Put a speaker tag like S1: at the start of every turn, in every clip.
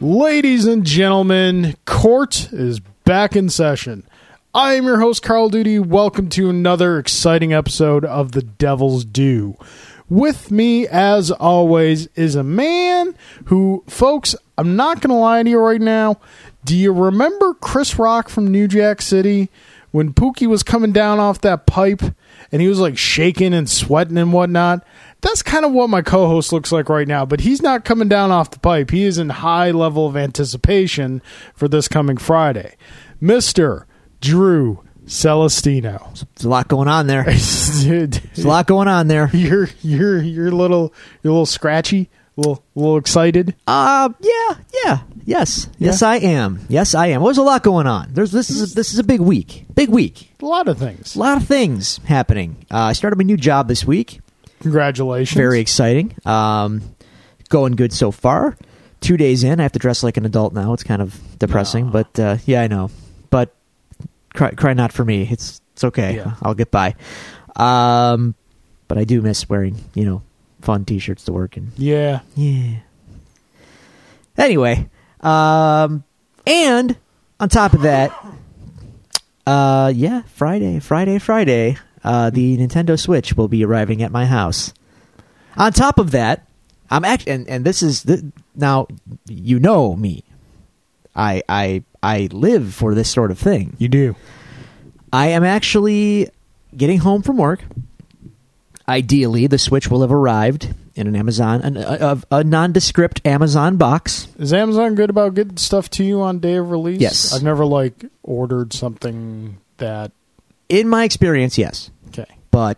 S1: Ladies and gentlemen, court is back in session. I am your host, Carl Duty. Welcome to another exciting episode of The Devil's Due. With me, as always, is a man who, folks, I'm not going to lie to you right now. Do you remember Chris Rock from New Jack City when Pookie was coming down off that pipe and he was like shaking and sweating and whatnot? That's kind of what my co host looks like right now, but he's not coming down off the pipe. He is in high level of anticipation for this coming Friday. Mr. Drew Celestino.
S2: There's a lot going on there. There's a lot going on there.
S1: you're you're you're a little you're a little scratchy, a little a little excited.
S2: Uh, yeah, yeah, yes, yes, I am. Yes, I am. Well, there's a lot going on. There's this is a, this is a big week. Big week.
S1: A lot of things.
S2: A lot of things happening. Uh, I started my new job this week.
S1: Congratulations.
S2: Very exciting. Um, going good so far. Two days in, I have to dress like an adult now. It's kind of depressing, but uh, yeah, I know. But cry, cry not for me. It's it's okay.
S1: Yeah.
S2: I'll get by. Um, but I do miss wearing you know fun t-shirts to work and
S1: Yeah.
S2: Yeah. Anyway, um, and on top of that, uh, yeah, Friday, Friday, Friday, uh, the Nintendo Switch will be arriving at my house. On top of that, I'm actually, and, and this is the, now you know me, I I I live for this sort of thing.
S1: You do.
S2: I am actually getting home from work. Ideally, the Switch will have arrived in an Amazon, an, a, a, a nondescript Amazon box.
S1: Is Amazon good about getting stuff to you on day of release?
S2: Yes.
S1: I've never like ordered something that
S2: In my experience, yes,
S1: okay.
S2: but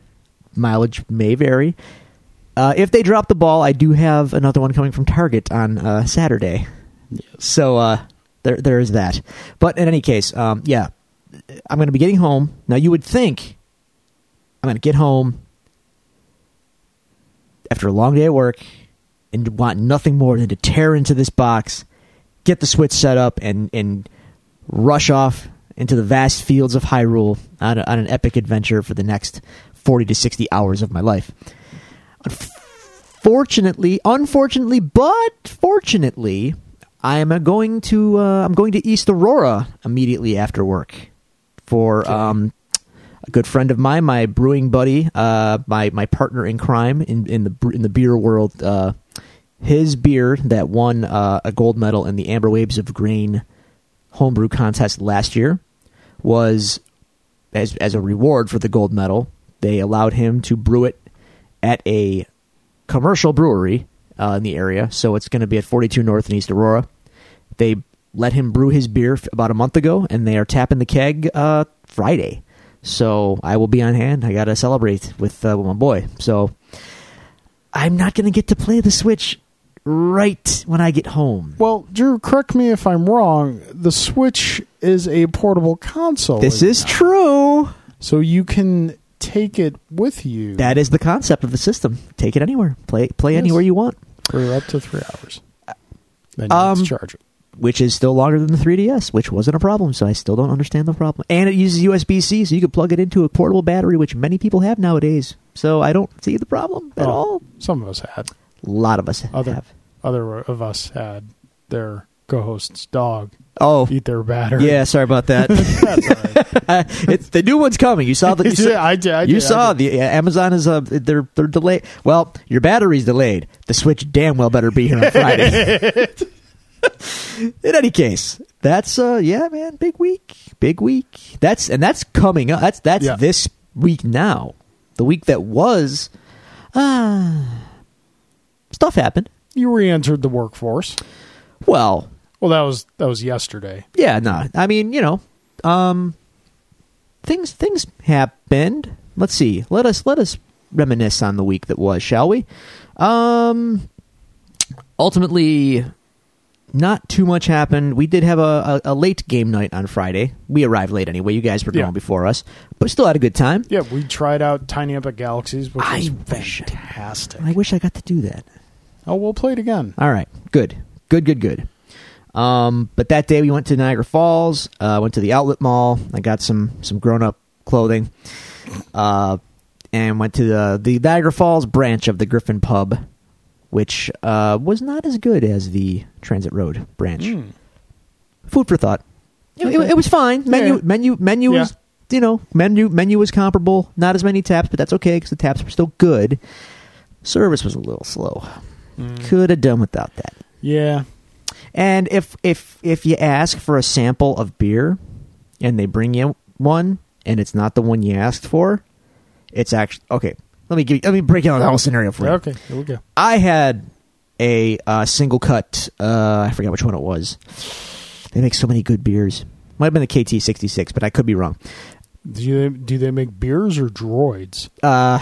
S2: mileage may vary. Uh, if they drop the ball, I do have another one coming from Target on uh, Saturday. So uh, there, there is that. But in any case, um, yeah, I'm going to be getting home. Now, you would think I'm going to get home after a long day at work and want nothing more than to tear into this box, get the switch set up, and, and rush off into the vast fields of Hyrule on, a, on an epic adventure for the next 40 to 60 hours of my life. Fortunately, unfortunately, but fortunately, I am going to uh, I'm going to East Aurora immediately after work for um, a good friend of mine, my brewing buddy, uh, my my partner in crime in, in the bre- in the beer world. Uh, his beer that won uh, a gold medal in the Amber Waves of Grain homebrew contest last year was as as a reward for the gold medal. They allowed him to brew it at a commercial brewery uh, in the area, so it's going to be at 42 North in East Aurora. They let him brew his beer f- about a month ago, and they are tapping the keg uh, Friday. So I will be on hand. I got to celebrate with uh, with my boy. So I'm not going to get to play the Switch right when I get home.
S1: Well, Drew, correct me if I'm wrong. The Switch is a portable console.
S2: This
S1: isn't
S2: is true.
S1: it? so you can take it with you
S2: That is the concept of the system. Take it anywhere. Play play
S1: Yes.
S2: anywhere you want,
S1: for up to three hours. Then you have
S2: Um,
S1: to charge it.
S2: which is still longer than the 3DS, which wasn't a problem. So I still don't understand the problem. And it uses USB C, so you could plug it into a portable battery, which many people have nowadays. So I don't see the problem at
S1: Oh,
S2: all.
S1: Some of us had.
S2: A lot of us
S1: Other
S2: have.
S1: other of us had their co-host's dog
S2: Oh.
S1: eat their battery.
S2: Yeah, sorry about that.
S1: That's all right.
S2: it's, the new one's coming. You saw the you
S1: Yeah,
S2: saw,
S1: I did- I
S2: you
S1: did- I
S2: saw
S1: did.
S2: the uh, Amazon is uh, they're they're delayed. Well, your battery's delayed. The Switch damn well better be here on Friday. In any case, that's uh yeah, man, big week, big week. That's and that's coming up. That's that's
S1: Yeah.
S2: this week now. The week that was, ah, stuff happened.
S1: You re-entered the workforce.
S2: Well,
S1: Well, that was that was yesterday.
S2: Yeah, no. I mean, you know, um, things things happened. Let's see. Let us let us reminisce on the week that was, shall we? Um, ultimately, not too much happened. We did have a, a, a late game night on Friday. We arrived late anyway. You guys were
S1: Yeah.
S2: going before us, but still had a good time.
S1: Yeah, we tried out Tiny Epic Galaxies, which
S2: I
S1: was
S2: wish-
S1: fantastic.
S2: I wish I got to do that.
S1: oh, we'll play it again.
S2: All right, good, good, good, good. Um, but that day we went to Niagara Falls. Uh, went to the outlet mall. I got some some grown up clothing, uh, and went to the the Niagara Falls branch of the Griffin Pub, which uh, was not as good as the Transit Road branch.
S1: Hmm.
S2: Food for thought. It, it- it was fine. Menu,
S1: Yeah.
S2: menu, menu
S1: Yeah.
S2: was you know menu menu was comparable. Not as many taps, but that's okay because the taps were still good. Service was a little slow.
S1: Mm.
S2: Could have done without that.
S1: Yeah.
S2: And if if if you ask for a sample of beer and they bring you one and it's not the one you asked for, it's actually okay. Let me give you, let me break out the whole scenario for you.
S1: Okay. Here we go.
S2: I had a uh, single cut. Uh, I forgot which one it was. They make so many good beers. Might have been the KT sixty six, but I could be wrong.
S1: Do they do they make beers or droids?
S2: Uh,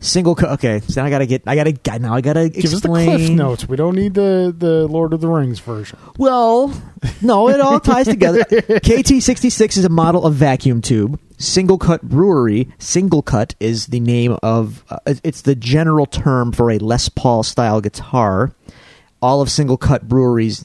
S2: single cut. Okay, so now I gotta get. I gotta. God, Now I gotta
S1: Give us the
S2: explain.
S1: Cliff Notes. We don't need the the Lord of the Rings version.
S2: Well, no, it all ties together. KT66 is a model of vacuum tube. Single Cut Brewery, Single Cut is the name of uh, it's the general term for a Les Paul style guitar. All of Single Cut Brewery's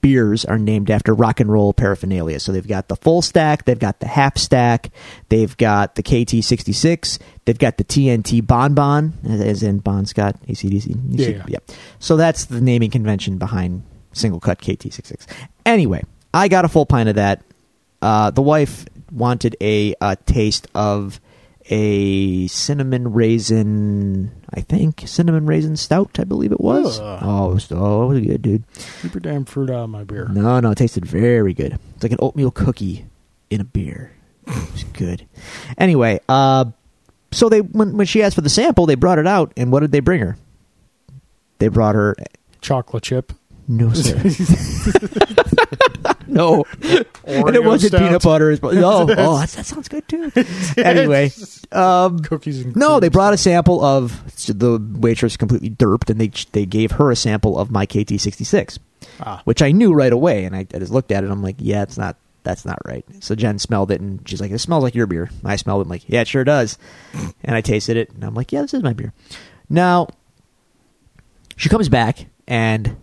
S2: beers are named after rock and roll paraphernalia. So they've got the full stack, they've got the half stack, they've got the KT66, they've got the TNT Bon Bon, as- as in Bon Scott, ACDC.
S1: Yeah, yeah.
S2: Yep. So that's the naming convention behind single cut KT66. Anyway, I got a full pint of that. Uh, the wife wanted a, uh taste of a cinnamon raisin, I think, cinnamon raisin stout, I believe it was.
S1: Ugh.
S2: Oh, it was, oh, it was good, dude.
S1: Keep your damn fruit out of my beer.
S2: No, no, it tasted very good. It's like an oatmeal cookie in a beer. It was good. Anyway, uh, so they when when she asked for the sample, they brought it out, and what did they bring her? They brought her
S1: Chocolate chip.
S2: no sir, no, and it
S1: Oreo
S2: wasn't
S1: stout.
S2: peanut butter. It's, oh, oh, that, that sounds good too. Anyway, um,
S1: Cookies and
S2: no, they
S1: cream.
S2: brought a sample of the waitress completely derped, and they they gave her a sample of my KT sixty six.
S1: Ah.
S2: which I knew right away. And I, I just looked at it. and I'm like, yeah, it's not. That's not right. So Jen smelled it, and she's like, "It smells like your beer." And I smelled it. I'm like, "Yeah, it sure does." And I tasted it, and I'm like, "Yeah, this is my beer." Now, she comes back, and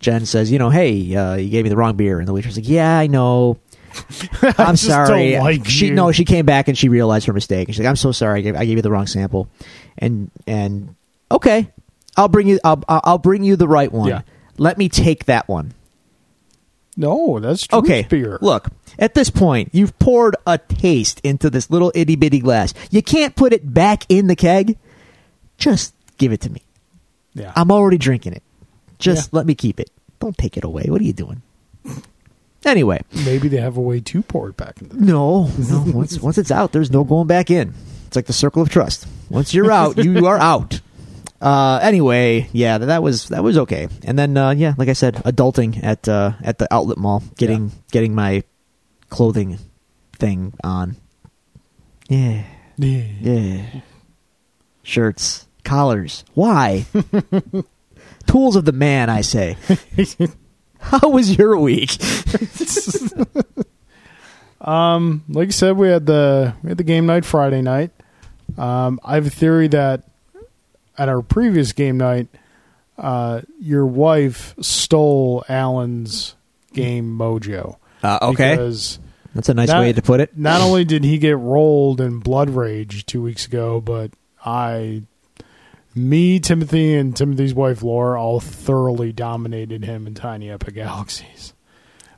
S2: Jen says, "You know, hey, uh, you gave me the wrong beer." And the waitress is like, "Yeah, I know. I'm
S1: just
S2: sorry."
S1: don't like
S2: she
S1: you.
S2: no, she came back and she realized her mistake. And she's like, "I'm so sorry. I gave, I gave you the wrong sample." And and okay, I'll bring you. I'll I'll I'll bring you the right one.
S1: Yeah.
S2: Let me take that one.
S1: No, that's Drew's
S2: Okay.
S1: beer.
S2: Look, at this point, you've poured a taste into this little itty bitty glass. You can't put it back in the keg. Just give it to me.
S1: yeah,
S2: I'm already drinking it. Just
S1: Yeah.
S2: let me keep it. Don't take it away. What are you doing? Anyway,
S1: maybe they have a way to pour it back into. The-
S2: no, no. Once once it's out, there's no going back in. It's like the circle of trust. Once you're out, you are out. Uh, anyway, yeah, that, that was that was okay. And then uh, yeah, like I said, adulting at uh, at the outlet mall, getting getting my clothing thing on. Yeah,
S1: yeah.
S2: yeah. Shirts, collars. Why? Tools of the man, I say. How was your week?
S1: Um, like I said, we had the we had the game night Friday night. Um, I have a theory that at our previous game night, uh, your wife stole Alan's game mojo.
S2: Uh,
S1: Because
S2: that's a nice
S1: That-
S2: way to put it.
S1: not only did he get rolled in Blood Rage two weeks ago, but I, me, Timothy, and Timothy's wife Laura all thoroughly dominated him in Tiny Epic Galaxies.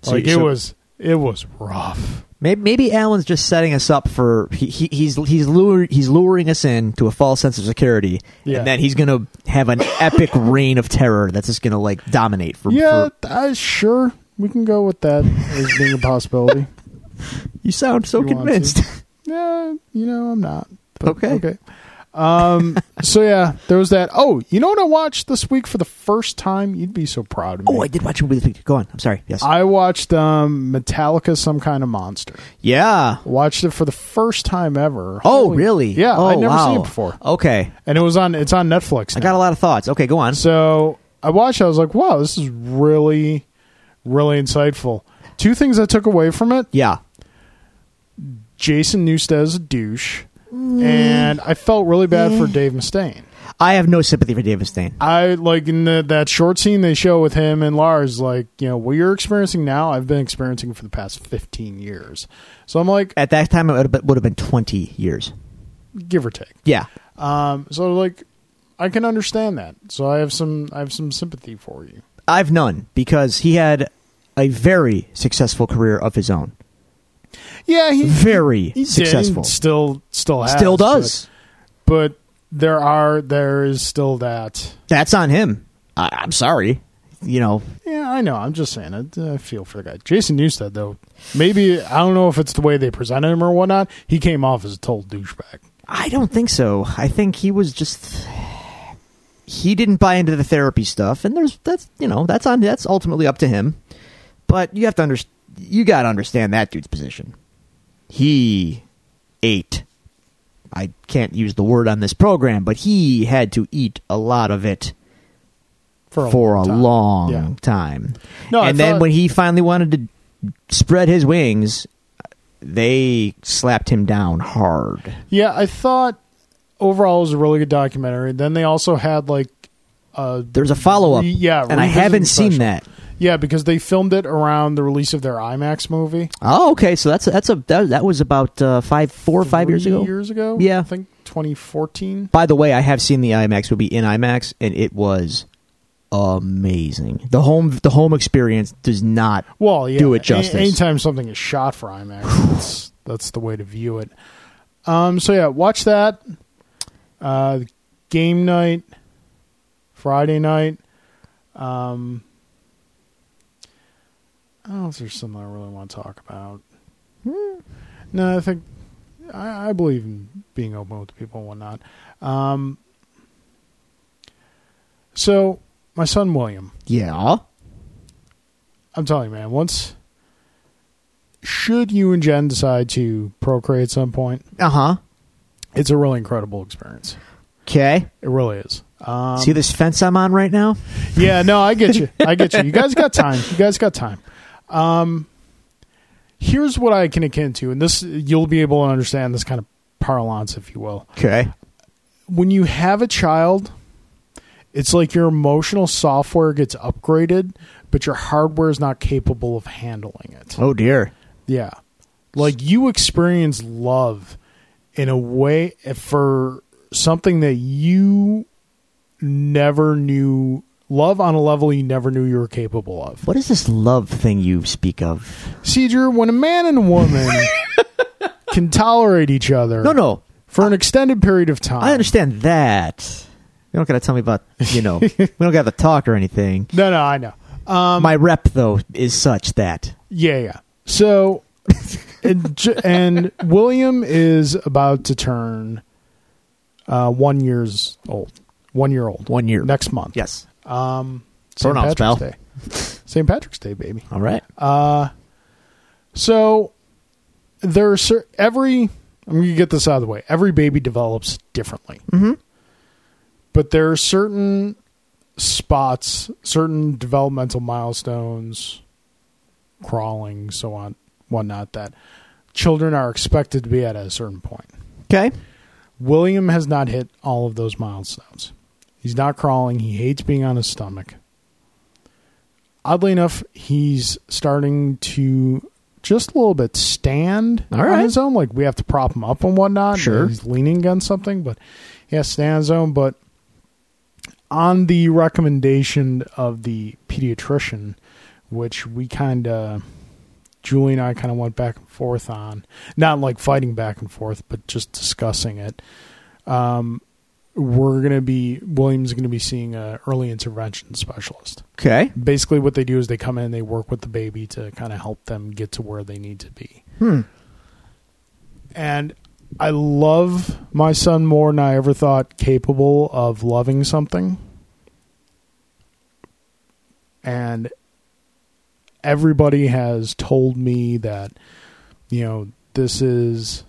S2: So
S1: like
S2: you-
S1: it
S2: so-
S1: was, it was rough.
S2: Maybe, maybe Alan's just setting us up for he, he, he's he's luring he's luring us in to a false sense of security,
S1: Yeah.
S2: and then he's gonna have an epic reign of terror that's just gonna like dominate for.
S1: yeah,
S2: for-
S1: I, sure, we can go with that as being a possibility.
S2: you sound so
S1: You want
S2: convinced.
S1: yeah, you know, I'm not. but
S2: Okay.
S1: okay. Um. so yeah, there was that. Oh, you know what I watched this week for the first time? You'd be so proud of me.
S2: oh, I did watch a movie this week. Go on. I'm sorry. Yes.
S1: I watched um, Metallica, Some Kind of Monster.
S2: yeah.
S1: Watched it for the first time ever.
S2: Oh,
S1: Holy-
S2: really?
S1: Yeah,
S2: Oh,
S1: I'd never
S2: wow.
S1: seen it before,
S2: Okay.
S1: and it was on. It's on Netflix.
S2: I got a lot of thoughts. Okay, go on.
S1: So I watched. it, I was like, wow, this is really, really insightful. Two things I took away from it:
S2: Yeah.
S1: Jason Newsted's a douche, and I felt really bad for Dave Mustaine.
S2: I have no sympathy for David Stein.
S1: I like in the, that short scene they show with him and Lars, like, you know, what you're experiencing now, I've been experiencing for the past 15 years. So I'm like,
S2: At that time, it would have been, would have been 20 years.
S1: give or take.
S2: Yeah.
S1: Um, so like, I can understand that. So I have some I have some sympathy for you.
S2: I've none because he had a very successful career of his own.
S1: Yeah, he
S2: Very
S1: he did and
S2: successful.
S1: Still still has,
S2: Still does.
S1: But, but there are there is still that.
S2: That's on him. I, I'm sorry. You know,
S1: Yeah, I know. I'm just saying. I, I feel for the guy. Jason Newstead, though, maybe I don't know if it's the way they presented him or whatnot. He came off as a total douchebag.
S2: I don't think so. I think he was just he didn't buy into the therapy stuff, and there's that's you know that's on that's ultimately up to him. But you have to understand you got to understand that dude's position. He ate. I can't use the word on this program, but he had to eat a lot of it
S1: For a
S2: for a
S1: time.
S2: long
S1: Yeah.
S2: time.
S1: No, I
S2: and then
S1: thought-
S2: when he finally wanted to spread his wings, they slapped him down hard.
S1: Yeah, I thought overall it was a really good documentary. Then they also had like, uh,
S2: There's a follow up.
S1: Re- yeah,
S2: and I
S1: revision
S2: haven't seen
S1: special.
S2: that.
S1: yeah, because they filmed it around the release of their IMAX movie
S2: Oh, okay. So that's that's a that, that was about uh, five, four or five years
S1: Three
S2: ago.
S1: Years ago,
S2: Yeah.
S1: I think 2014.
S2: By the way, I have seen the IMAX movie in IMAX, and it was amazing. The home the home experience does not.
S1: Well, yeah,
S2: Do it
S1: a-
S2: justice.
S1: anytime something is shot for IMAX, that's, that's the way to view it. Um, so yeah, watch that. Uh, game night, Friday night. Um, I don't know if there's something I really want to talk about.
S2: Hmm.
S1: No, I think I, I believe in being open with people and whatnot. Um, so my son William,
S2: Yeah.
S1: I'm telling you, man, once should you and Jen decide to procreate at some point,
S2: Uh huh.
S1: it's a really incredible experience.
S2: Okay.
S1: It really is. Um,
S2: See this fence I'm on right now?
S1: yeah, no, I get you. I get you. You guys got time. You guys got time. Um, here's what I can akin to, and this you'll be able to understand this kind of parlance, if you will.
S2: Okay.
S1: When you have a child, it's like your emotional software gets upgraded, but your hardware is not capable of handling it.
S2: Oh dear.
S1: Yeah. Like you experience love in a way for something that you never knew love on a level you never knew you were capable of.
S2: What is this love thing you speak of?
S1: Cedar, when a man and a woman can tolerate each other
S2: No, no.
S1: for an extended period of time.
S2: I understand that. You don't gotta tell me about you know. we don't gotta talk or anything.
S1: No, no, I know.
S2: My rep though is such that
S1: Yeah, yeah. So, and, J- and William is about to turn uh, one years old. One year old.
S2: one year.
S1: Next month.
S2: Yes.
S1: St. Patrick's
S2: Pronouns, pal.
S1: Day. St. Patrick's Day, baby.
S2: All right.
S1: Uh, So there are cer- every. I'm going to get this out of the way. Every baby develops differently, mm-hmm. but there are certain spots, certain developmental milestones, crawling, so on, whatnot, that children are expected to be at at a certain point.
S2: Okay.
S1: William has not hit all of those milestones. He's not crawling. He hates being on his stomach. Oddly enough, he's starting to just a little bit stand
S2: All
S1: on
S2: right.
S1: his own. Like we have to prop him up and whatnot.
S2: Sure.
S1: He's leaning against something, but he has to stand on his own. But on the recommendation of the pediatrician, which we kind of Julie and I kind of went back and forth on, not like fighting back and forth, but just discussing it. Um, we're gonna be William's gonna be seeing a early intervention specialist.
S2: Okay.
S1: Basically, what they do is they come in and they work with the baby to kind of help them get to where they need to be.
S2: Hmm.
S1: And I love my son more than I ever thought capable of loving something. And everybody has told me that, you know, this is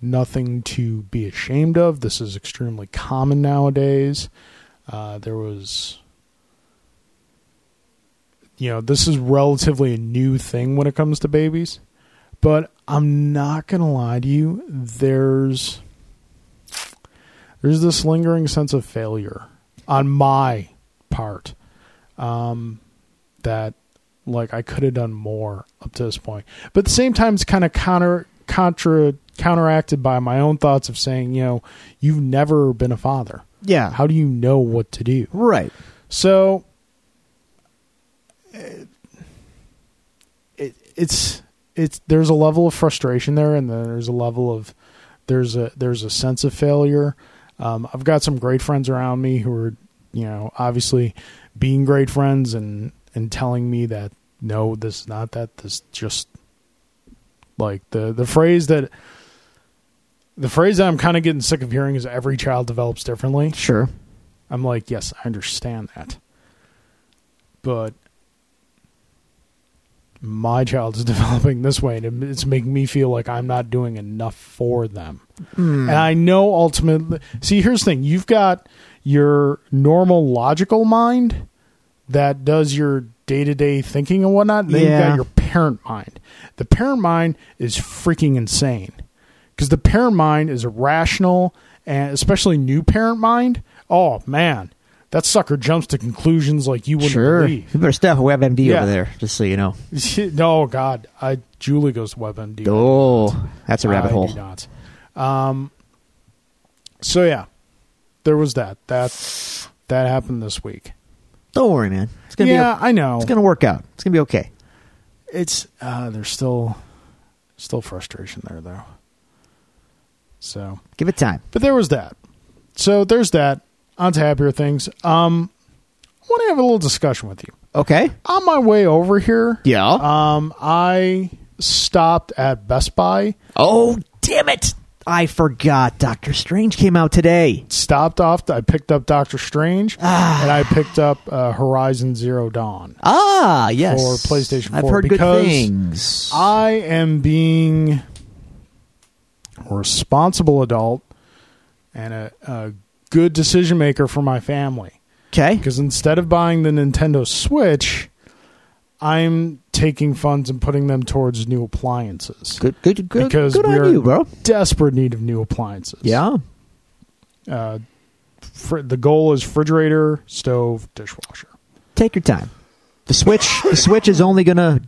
S1: nothing to be ashamed of. This is extremely common nowadays. Uh, there was, you know, this is relatively a new thing when it comes to babies. But I'm not gonna lie to you. There's there's this lingering sense of failure on my part um, that like I could have done more up to this point. But at the same time, it's kind of counter contra counteracted by my own thoughts of saying, you know, you've never been a father.
S2: Yeah.
S1: How do you know what to do?
S2: Right.
S1: So it, it's it's there's a level of frustration there, and there's a level of there's a there's a sense of failure. Um, I've got some great friends around me who are you know obviously being great friends and and telling me that no, this is not that. This just like the the phrase that the phrase that I'm kind of getting sick of hearing is every child develops differently.
S2: Sure.
S1: I'm like, yes, I understand that. But my child is developing this way, and it's making me feel like I'm not doing enough for them. And I know ultimately. See, here's the thing you've got your normal logical mind that does your day to day thinking and whatnot, and then
S2: Yeah.
S1: you've got your parent mind. The parent mind is freaking insane because the parent mind is rational and especially new parent mind. Oh man, that sucker jumps to conclusions like you wouldn't
S2: Sure. You
S1: believe.
S2: better stay off of WebMD
S1: Yeah.
S2: over there, just so you know.
S1: no, God, I Julie goes to WebMD.
S2: Oh, that's a rabbit
S1: I
S2: hole.
S1: Do not. Um. So yeah, there was that. That that happened this week.
S2: Don't worry, man. It's gonna
S1: Yeah,
S2: be.
S1: I know.
S2: It's gonna work out. It's gonna be okay.
S1: it's uh, there's still still frustration there though. So
S2: Give it time.
S1: but there was that. So there's that. On to happier things. Um, I want to have a little discussion with you.
S2: Okay.
S1: On my way over here,
S2: Yeah.
S1: Um, I stopped at Best Buy,
S2: oh, damn it! I forgot. Doctor Strange came out today.
S1: stopped off. I picked up Doctor Strange, and I picked up uh, Horizon Zero Dawn.
S2: Ah, yes.
S1: For PlayStation
S2: I've
S1: 4,
S2: heard good
S1: because
S2: things.
S1: I am being a responsible adult and a, a good decision maker for my family.
S2: Okay.
S1: because instead of buying the Nintendo Switch, I'm taking funds and putting them towards new appliances.
S2: Good. Good. Good.
S1: because
S2: good
S1: we're
S2: on you, bro.
S1: desperate need of new appliances.
S2: Yeah.
S1: Uh, fr- the goal is refrigerator, stove, dishwasher.
S2: Take your time. The switch. the switch is only gonna.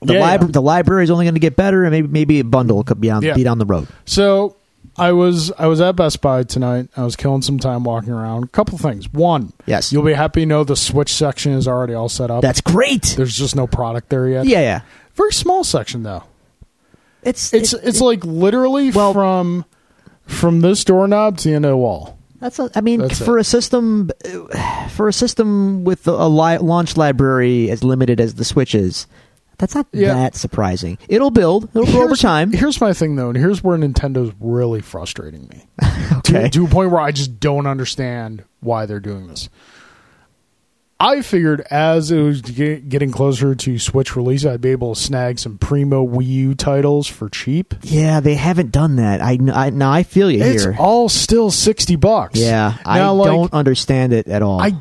S2: The,
S1: Yeah,
S2: libra-
S1: yeah.
S2: the library is only going to get better, and maybe maybe a bundle could be on
S1: Yeah.
S2: be down the road.
S1: So I was I was at Best Buy tonight. I was killing some time walking around. A couple things. One,
S2: Yes.
S1: you'll be happy to know the Switch section is already all set up.
S2: That's great.
S1: There's just no product there yet.
S2: Yeah, yeah.
S1: very small section though.
S2: It's
S1: It's
S2: it-
S1: it's like literally
S2: Well-
S1: from from this doorknob to the end of the wall.
S2: That's a, I mean
S1: That's
S2: for a system uh, for a system with a li- launch library as limited as the Switch is, that's not
S1: Yeah.
S2: that surprising. It'll build. It'll grow over
S1: Here's-
S2: time.
S1: Here's my thing though, and here's where Nintendo's really frustrating me.
S2: Okay.
S1: to, to a point where I just don't understand why they're doing this. I figured as it was ge- getting closer to Switch release, I'd be able to snag some primo Wii U titles for cheap.
S2: Yeah, they haven't done that. I, kn- I now I feel you
S1: It's
S2: here.
S1: all still sixty bucks.
S2: yeah, I
S1: Now, like,
S2: don't understand it at all.
S1: I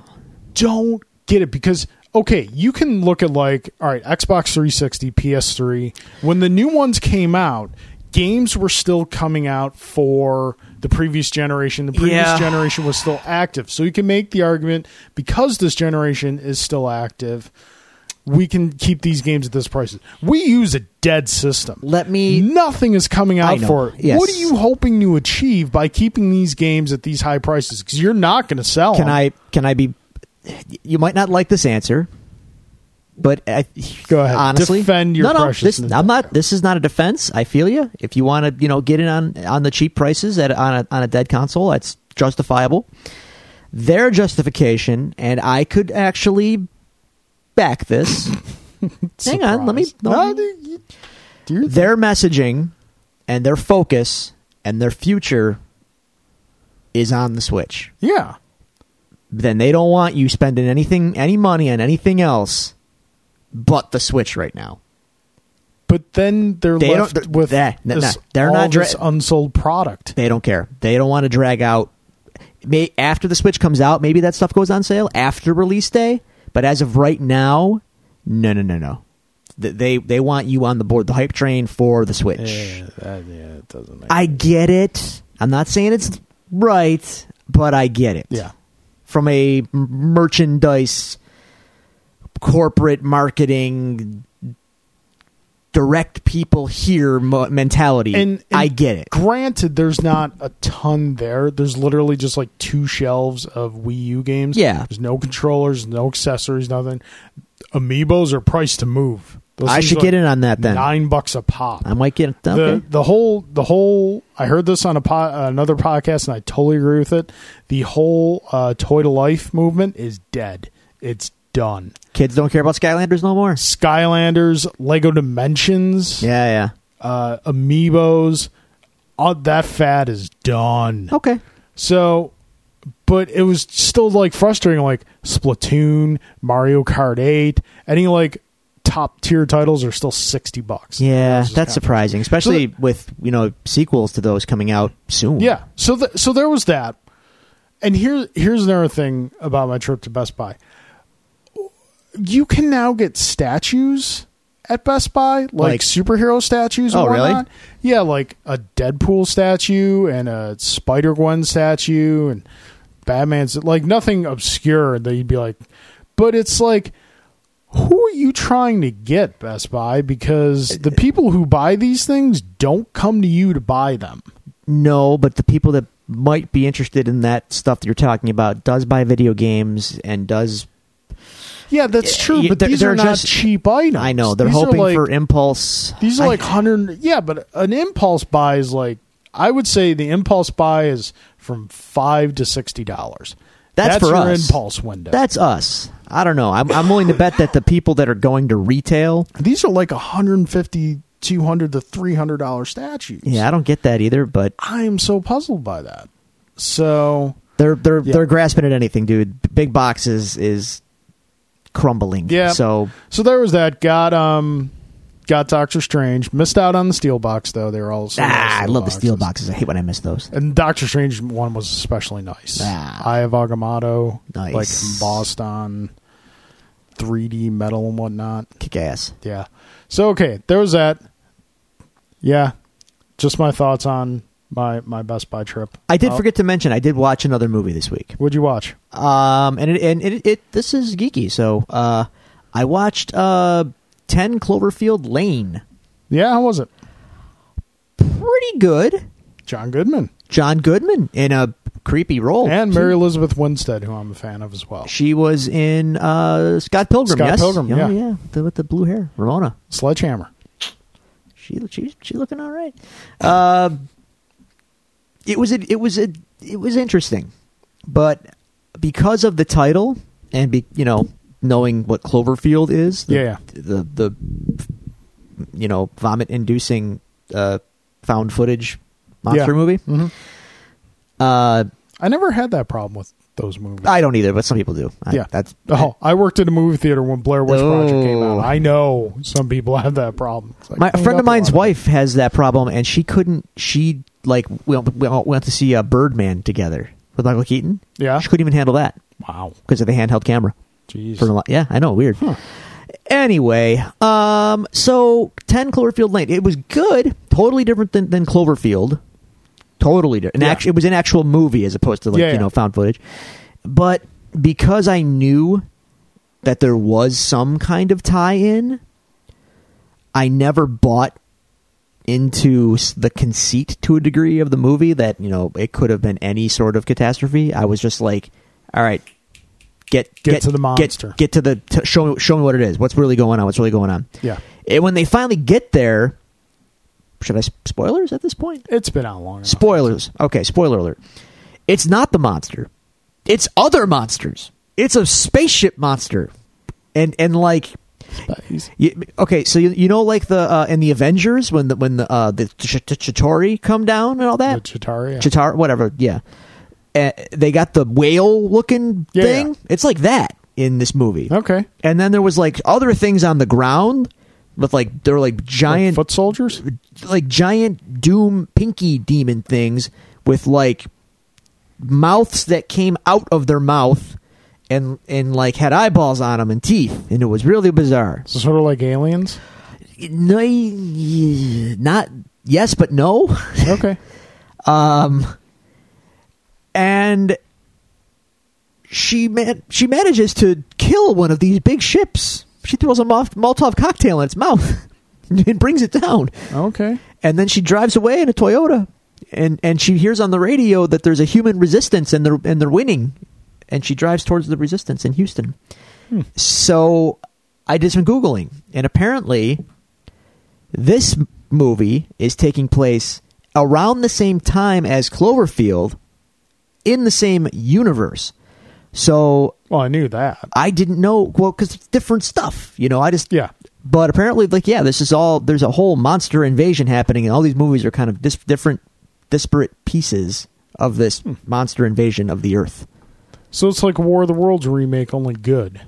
S1: don't get it because okay, you can look at like all right, Xbox 360, PS3. When the new ones came out, games were still coming out for the previous generation. The previous
S2: Yeah.
S1: generation was still active, so you can make the argument because this generation is still active. We can keep these games at this price. We use a dead system.
S2: Let me-
S1: Nothing is coming
S2: I
S1: out
S2: know.
S1: for it.
S2: Yes.
S1: What are you hoping to achieve by keeping these games at these high prices? Because you're not going to sell.
S2: can
S1: them.
S2: I can I be? You might not like this answer, but I,
S1: Go ahead.
S2: Honestly,
S1: Defend your
S2: no, no.
S1: precious
S2: This,
S1: Nintendo.
S2: I'm not. This is not a defense. I feel you. If you want to, you know, get in on on the cheap prices at on a, on a dead console, that's justifiable. Their justification, and I could actually back this. Hang on, let me-
S1: Surprise. No, dude, you- do your thing.
S2: their messaging and their focus and their future is on the Switch.
S1: yeah.
S2: then they don't want you spending anything any money on anything else but the Switch right now.
S1: But then they're
S2: They
S1: left
S2: don't-
S1: with
S2: that- no,
S1: this,
S2: no, they're
S1: all
S2: not dra-
S1: this unsold product.
S2: They don't care. They don't want to drag out may after the Switch comes out, maybe that stuff goes on sale after release day, but as of right now, no no no no. Th- They they want you on the board the hype train for the Switch.
S1: Eh, yeah, it doesn't make.
S2: I get it. I'm not saying it's right, but I get it.
S1: yeah,
S2: from a merchandise corporate marketing direct people here mo- mentality.
S1: And-
S2: I
S1: and
S2: get it.
S1: Granted, there's not a ton there. There's literally just like two shelves of Wii U games.
S2: Yeah.
S1: There's no controllers, no accessories, nothing. Amiibos are priced to move. Those
S2: I
S1: things
S2: should
S1: are
S2: get in on that then.
S1: Nine bucks a pop.
S2: I might get okay.
S1: The the whole the whole I heard this on a po- another podcast and I totally agree with it. The whole uh, toy to life movement is dead. It's done.
S2: Kids don't care about Skylanders no more.
S1: Skylanders, Lego Dimensions,
S2: Yeah, yeah.
S1: uh, Amiibos, all that fad is done.
S2: Okay.
S1: So, but it was still like frustrating. Like Splatoon, Mario Kart Eight, any like top tier titles are still sixty bucks. It
S2: Yeah,
S1: was just
S2: that's
S1: kinda-
S2: surprising, especially with you know sequels to those coming out soon.
S1: Yeah. So th- so there was that. And here here's another thing about my trip to Best Buy. You can now get statues at Best Buy, like,
S2: Like-
S1: superhero statues. and
S2: Oh, really?
S1: whatnot. Yeah, like a Deadpool statue and a Spider Gwen statue and Batman's like nothing obscure that you'd be like, but it's like. Who are you trying to get, Best Buy? Because
S2: Uh,
S1: the people who buy these things don't come to you to buy them.
S2: No, but the people that might be interested in that stuff that you're talking about does buy video games and does.
S1: Yeah, that's true.
S2: y-
S1: but
S2: they're-
S1: these
S2: they're
S1: are not
S2: just-
S1: cheap items.
S2: I know they're
S1: These are
S2: hoping
S1: like-
S2: for impulse.
S1: These are
S2: I-
S1: like hundred. Yeah, but an impulse buy is like I would say the impulse buy is from five to sixty dollars.
S2: That's for
S1: your
S2: us.
S1: impulse window.
S2: that's us. I don't know. I'm, I'm willing to bet that the people that are going to retail.
S1: these are like 150 200 to 300 dollar statues
S2: Yeah, I don't get that either, but
S1: i am so puzzled by that so
S2: they're they're
S1: Yeah.
S2: they're grasping at anything, dude. Big boxes is crumbling.
S1: Yeah.
S2: So
S1: so there was that got um got doctor strange missed out on the steel box though they were all so nice
S2: ah, I love the steel
S1: boxes. Uh,
S2: boxes. I hate when I miss those.
S1: And Doctor Strange one was especially nice.
S2: Ah.
S1: Eye of Agamotto,
S2: Nice.
S1: like embossed on 3D metal and whatnot.
S2: Kick ass.
S1: Yeah. So okay, there was that. Yeah, just my thoughts on my my Best Buy trip.
S2: I did
S1: Oh,
S2: forget to mention I did watch another movie this week.
S1: What'd you watch?
S2: Um, and it, and it, it this is geeky. So, uh, I watched uh, Ten Cloverfield Lane.
S1: Yeah, how was it?
S2: Pretty good.
S1: John Goodman
S2: John Goodman in a creepy role,
S1: and Mary Elizabeth Winstead, who I'm a fan of as well.
S2: She was in uh, Scott Pilgrim.
S1: Scott
S2: yes,
S1: Pilgrim,
S2: Oh,
S1: yeah.
S2: yeah, the, with the blue hair, Ramona.
S1: Sledgehammer.
S2: She she she looking all right. Uh, it was a, it was a, it was interesting, but because of the title and be, you know knowing what Cloverfield is, the,
S1: Yeah,
S2: the the you know vomit inducing uh, found footage monster
S1: Yeah.
S2: movie.
S1: hmm
S2: Uh,
S1: I never had that problem with those movies.
S2: I don't either, but some people do. I-
S1: yeah,
S2: that's
S1: Oh, I worked in a movie theater when Blair Witch Project came
S2: Oh.
S1: out. I know some people have that problem. It's like,
S2: My a
S1: cleaned up
S2: friend of
S1: a
S2: mine's
S1: lot it.
S2: wife has that problem, and she couldn't. She like we went, we went to see uh, Birdman together with Michael Keaton.
S1: Yeah.
S2: she couldn't even handle that
S1: Wow.
S2: because of the handheld camera.
S1: Jeez.
S2: For a lot, yeah, I know, weird. Anyway, um, so ten Cloverfield Lane, it was good. Totally different than, than Cloverfield. Totally different.
S1: Yeah.
S2: Act- it was an actual movie as opposed to like
S1: Yeah,
S2: you
S1: yeah.
S2: know found footage. But because I knew that there was some kind of tie-in, I never bought into s- the conceit to a degree of the movie that you know it could have been any sort of catastrophe. I was just like, all right, get
S1: Get to the monster.
S2: Get, get to the t- show. Show me what it is. What's really going on? What's really going on?
S1: Yeah.
S2: And when they finally get there, should I s- spoilers at this point?
S1: It's been out long enough.
S2: Spoilers. Okay, spoiler alert. It's not the monster. It's other monsters. It's a spaceship monster, and and like
S1: Space.
S2: you, okay, so you, you know, like the uh, in the Avengers when the when the uh, the Ch- Ch- Chitauri come down and all
S1: The
S2: that
S1: Chitauri.
S2: Chitauri, whatever, yeah. Uh, they got the whale looking
S1: Yeah,
S2: thing.
S1: yeah.
S2: It's like that in this movie.
S1: Okay.
S2: And then there was like other things on the ground with like they were like giant
S1: Foot soldiers.
S2: like giant doom pinky demon things with like mouths that came out of their mouth and and like had eyeballs on them and teeth and it was really bizarre
S1: So sort of like aliens.
S2: no, not yes, but no.
S1: Okay.
S2: Um, and she man- she manages to kill one of these big ships. She throws a Mol- Molotov cocktail in its mouth. and brings it down.
S1: Okay.
S2: And then she drives away in a Toyota, and and she hears on the radio that there's a human resistance and they're and they're winning, and she drives towards the resistance in Houston. So I did some googling, and apparently, this m- movie is taking place around the same time as Cloverfield, in the same universe. So
S1: Well, I knew that.
S2: I didn't know well because it's different stuff, you know. I just
S1: Yeah.
S2: but apparently, like yeah, this is all there's a whole monster invasion happening, and all these movies are kind of dis- different, disparate pieces of this
S1: Hmm.
S2: monster invasion of the Earth.
S1: So it's like War of the Worlds remake, only good.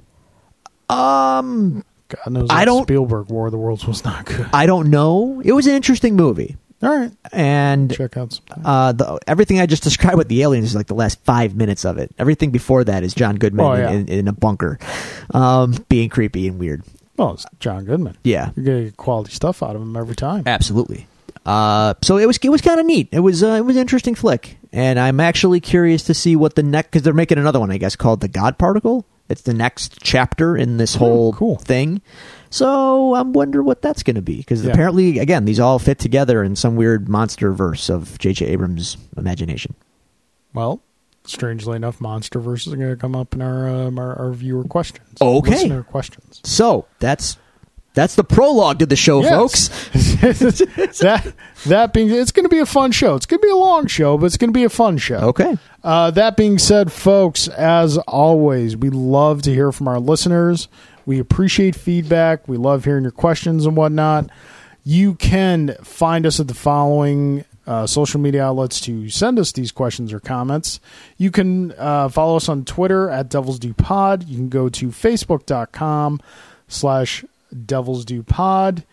S2: Um,
S1: God knows
S2: I
S1: that
S2: don't-
S1: Spielberg War of the Worlds was not good.
S2: I don't know. It was an interesting movie,
S1: All right.
S2: and
S1: Check out some.
S2: uh, the, everything I just described with the aliens is like the last five minutes of it. Everything before that is John Goodman
S1: Oh, yeah.
S2: in, in a bunker, um, being creepy and weird.
S1: Well, it's John Goodman.
S2: Yeah,
S1: You're going to get quality stuff out of him every time.
S2: Absolutely. Uh, so it was it was kind of neat. It was uh, it was an interesting flick, and I'm actually curious to see what the next because they're making another one, I guess, called the God Particle. It's the next chapter in this whole
S1: Hmm, cool.
S2: thing. So I wonder what that's going to be because
S1: Yeah.
S2: apparently, again, these all fit together in some weird monster verse of J.J. Abrams' imagination.
S1: Well, strangely enough, monster verses are going to come up in our, um, our our viewer questions.
S2: Okay.
S1: listener questions.
S2: So that's that's the prologue to the show,
S1: Yes.
S2: folks.
S1: that that being, it's going to be a fun show. It's going to be a long show, but it's going to be a fun show.
S2: Okay.
S1: Uh, that being said, folks, as always, we love to hear from our listeners. We appreciate feedback. We love hearing your questions and whatnot. You can find us at the following uh, social media outlets to send us these questions or comments. You can uh, follow us on Twitter at Devils Do Pod. You can go to facebook.com slash Devils Do Pod.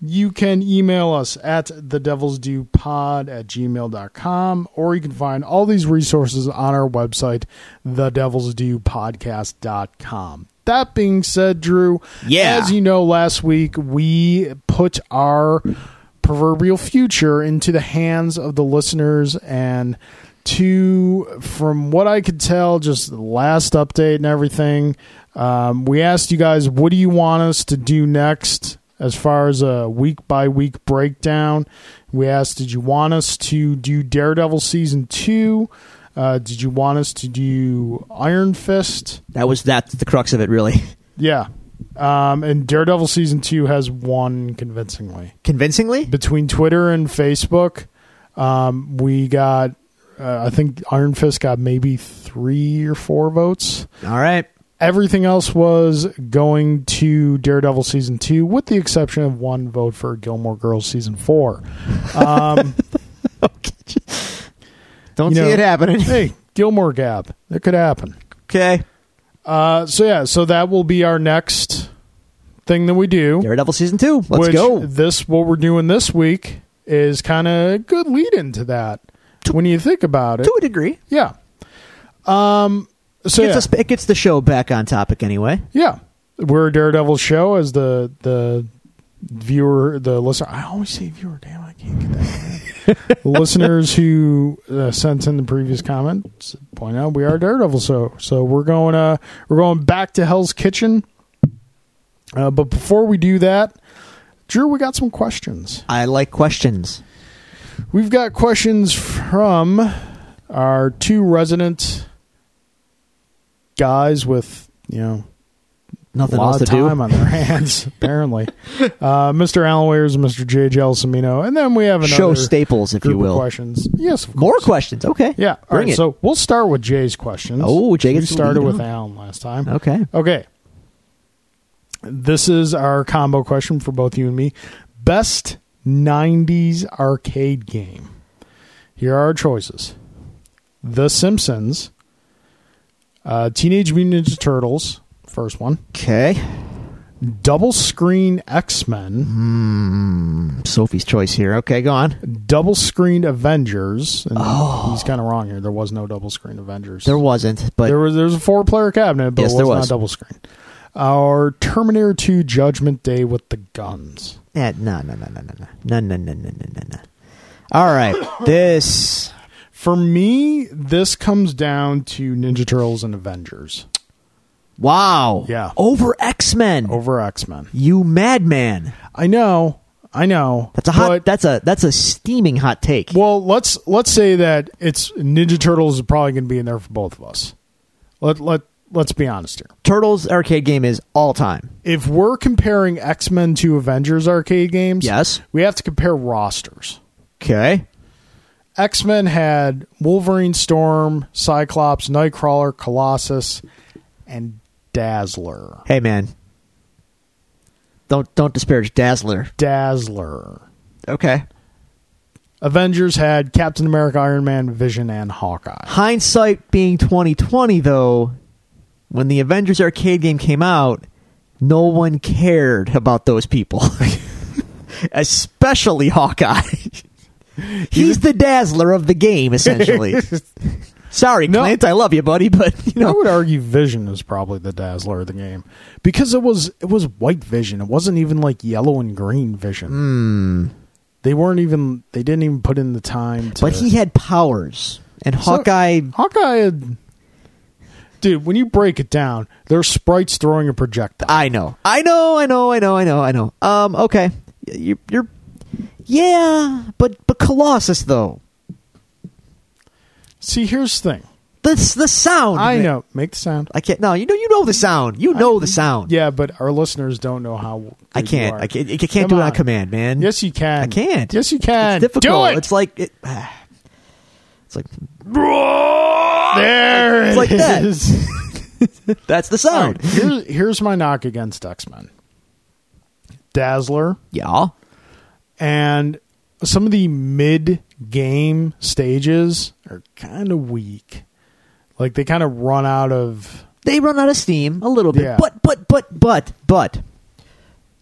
S1: You can email us at the devils do pod at gmail.com, or you can find all these resources on our website, the devils do podcast.com. That being said, Drew,
S2: Yeah.
S1: as you know, last week we put our proverbial future into the hands of the listeners and to from what I could tell, just the last update and everything, um, we asked you guys, what do you want us to do next as far as a week by week breakdown? We asked, did you want us to do Daredevil season two? Uh, did you want us to do Iron Fist?
S2: That was that's the crux of it, really.
S1: Yeah. Um, and Daredevil season two has won convincingly
S2: Convincingly.
S1: between Twitter and Facebook, um, we got. Uh, I think Iron Fist got maybe three or four votes.
S2: All right.
S1: Everything else was going to Daredevil season two, with the exception of one vote for Gilmore Girls season four. Um,
S2: Don't
S1: You
S2: see
S1: know-
S2: it happening.
S1: hey, Gilmore Gap, it could happen.
S2: Okay.
S1: Uh, so yeah, so that will be our next thing that we do.
S2: Daredevil season two. Let's
S1: which
S2: go.
S1: This what we're doing this week is kind of a good lead into that. When you think about it,
S2: To a degree,
S1: Yeah. Um. So
S2: gets
S1: yeah,
S2: us, it gets the show back on topic anyway.
S1: yeah, we're a Daredevil show as the the viewer, the listener. I always say viewer. Damn, I can't get that. right. The listeners who uh, sent in the previous comments point out we are Daredevil, so so we're going uh we're going back to Hell's Kitchen. Uh, but before we do that, Drew, we got some questions.
S2: I like questions.
S1: We've got questions from our two resident guys with, you know,
S2: Nothing
S1: a lot
S2: else to
S1: of time
S2: do.
S1: on their hands, apparently. Uh, Mr. Alan Wears, Mr. J. Gelsomino, and then we have another
S2: Show staples, if
S1: group
S2: you
S1: of
S2: will.
S1: questions. Yes, of
S2: More
S1: course.
S2: questions. Okay.
S1: Yeah. All right.
S2: Bring it.
S1: So we'll start with Jay's questions.
S2: Oh, Jay
S1: We
S2: gets to
S1: started
S2: lead
S1: with
S2: off.
S1: Alan last time.
S2: okay.
S1: Okay. This is our combo question for both you and me. Best 90s arcade game. Here are our choices The Simpsons, uh, Teenage Mutant Ninja Turtles, first one,
S2: Okay.
S1: Double Screen X Men,
S2: Mm-hmm. Hmm, Sophie's choice here. Okay, go on.
S1: Double Screen Avengers. And He's kind of wrong here. There was no Double Screen Avengers.
S2: Oh. There wasn't, but
S1: there was there was a four player cabinet, but
S2: Yes,
S1: it was,
S2: there was.
S1: not double screen. Our Terminator 2 Judgment Day with the guns.
S2: eh, no, no, no, no, no, no, no, no, no, no, no, no, no. All right. This.
S1: For me, this comes down to Ninja Turtles and Avengers
S2: Wow.
S1: Yeah.
S2: Over X Men.
S1: over X Men.
S2: You madman.
S1: I know. I know.
S2: That's a hot.
S1: but-
S2: that's a that's a steaming hot take.
S1: well, let's let's say that it's Ninja Turtles is probably going to be in there for both of us. Let let let's be honest here.
S2: Turtles arcade game is all time.
S1: If we're comparing X Men to Avengers arcade games,
S2: Yes.
S1: we have to compare rosters.
S2: Okay.
S1: X Men had Wolverine, Storm, Cyclops, Nightcrawler, Colossus, and Dazzler.
S2: Hey man. Don't don't disparage Dazzler.
S1: Dazzler.
S2: Okay.
S1: Avengers had Captain America, Iron Man, Vision, and Hawkeye.
S2: Hindsight being 2020 though, when the Avengers arcade game came out, no one cared about those people. Especially Hawkeye. He's the dazzler of the game essentially. Sorry,
S1: No.
S2: Clint, I love you, buddy, but you
S1: I
S2: know
S1: would argue Vision is probably the Dazzler of the game because it was it was white Vision. It wasn't even like yellow and green Vision.
S2: Hmm.
S1: They weren't even. They didn't even put in the time. To,
S2: but he had powers and
S1: So,
S2: Hawkeye
S1: Hawkeye. Had, dude, when you break it down, there's sprites throwing a projectile.
S2: I know. I know. I know. I know. I know. I know. Um. Okay. Y- You're. you're yeah. But but Colossus though.
S1: See, here's the thing.
S2: The s- the sound.
S1: I
S2: man.
S1: know. Make the sound.
S2: I can't. No. You know. You know the sound. You know the sound.
S1: Yeah, but our listeners don't know how. good
S2: I
S1: you
S2: can't.
S1: are.
S2: I can't. I can't
S1: Come
S2: do it on
S1: on.
S2: command, man.
S1: Yes, you can.
S2: I can't.
S1: Yes, you can.
S2: It's difficult.
S1: Do it.
S2: It's like it. It's like
S1: there.
S2: It's
S1: it
S2: like that.
S1: is.
S2: that's the
S1: All
S2: sound.
S1: right, here's, here's my knock against X Men, Dazzler,
S2: Yeah.
S1: and some of the mid game stages are kind of weak. Like they kind of run out of.
S2: They run out of steam a little bit.
S1: Yeah.
S2: But but but but but.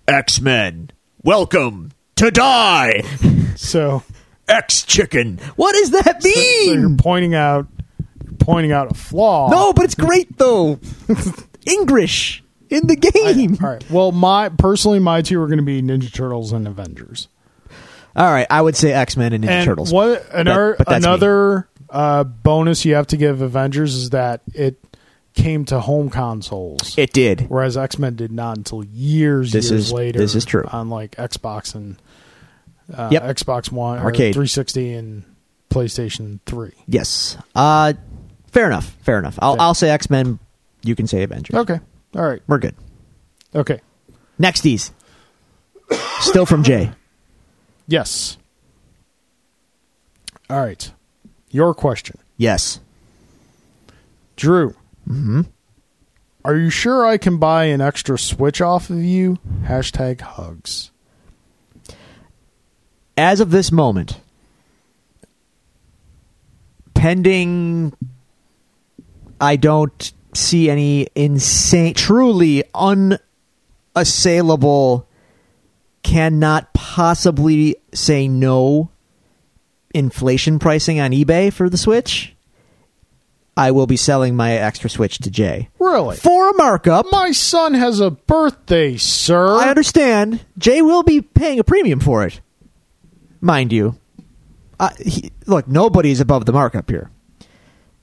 S2: X Men, welcome to die.
S1: So,
S2: X Chicken. What does that
S1: so
S2: mean?
S1: you're pointing out, you're pointing out a flaw.
S2: No, but it's great though. English in the game.
S1: All right. Well, my personally, my two are going to be Ninja Turtles and Avengers.
S2: All right, I would say X Men and Ninja
S1: and
S2: Turtles.
S1: What another
S2: but that's me.
S1: another uh, bonus you have to give Avengers is that it came to home consoles,
S2: It did.
S1: whereas X Men did not until years
S2: This
S1: years
S2: is-
S1: later.
S2: this is true.
S1: on like Xbox and uh,
S2: Yep.
S1: Xbox One, or
S2: Arcade.
S1: 360, and PlayStation Three.
S2: Yes. Uh, fair enough. Fair enough. I'll,
S1: Okay.
S2: I'll say X Men. You can say Avengers.
S1: Okay, all right,
S2: We're good.
S1: okay,
S2: Nexties. Still from Jay.
S1: yes, all right. Your question,
S2: Yes.
S1: Drew. Mm-hmm. Are you sure I can buy an extra switch off of you? Hashtag hugs.
S2: As of this moment, pending, I don't see any insane, truly unassailable, cannot possibly say no inflation pricing on eBay for the Switch. I will be selling my extra Switch to Jay.
S1: Really?
S2: For a markup,
S1: My son has a birthday, sir.
S2: I understand. Jay will be paying a premium for it, mind you. Uh, he, look, nobody's above the markup here.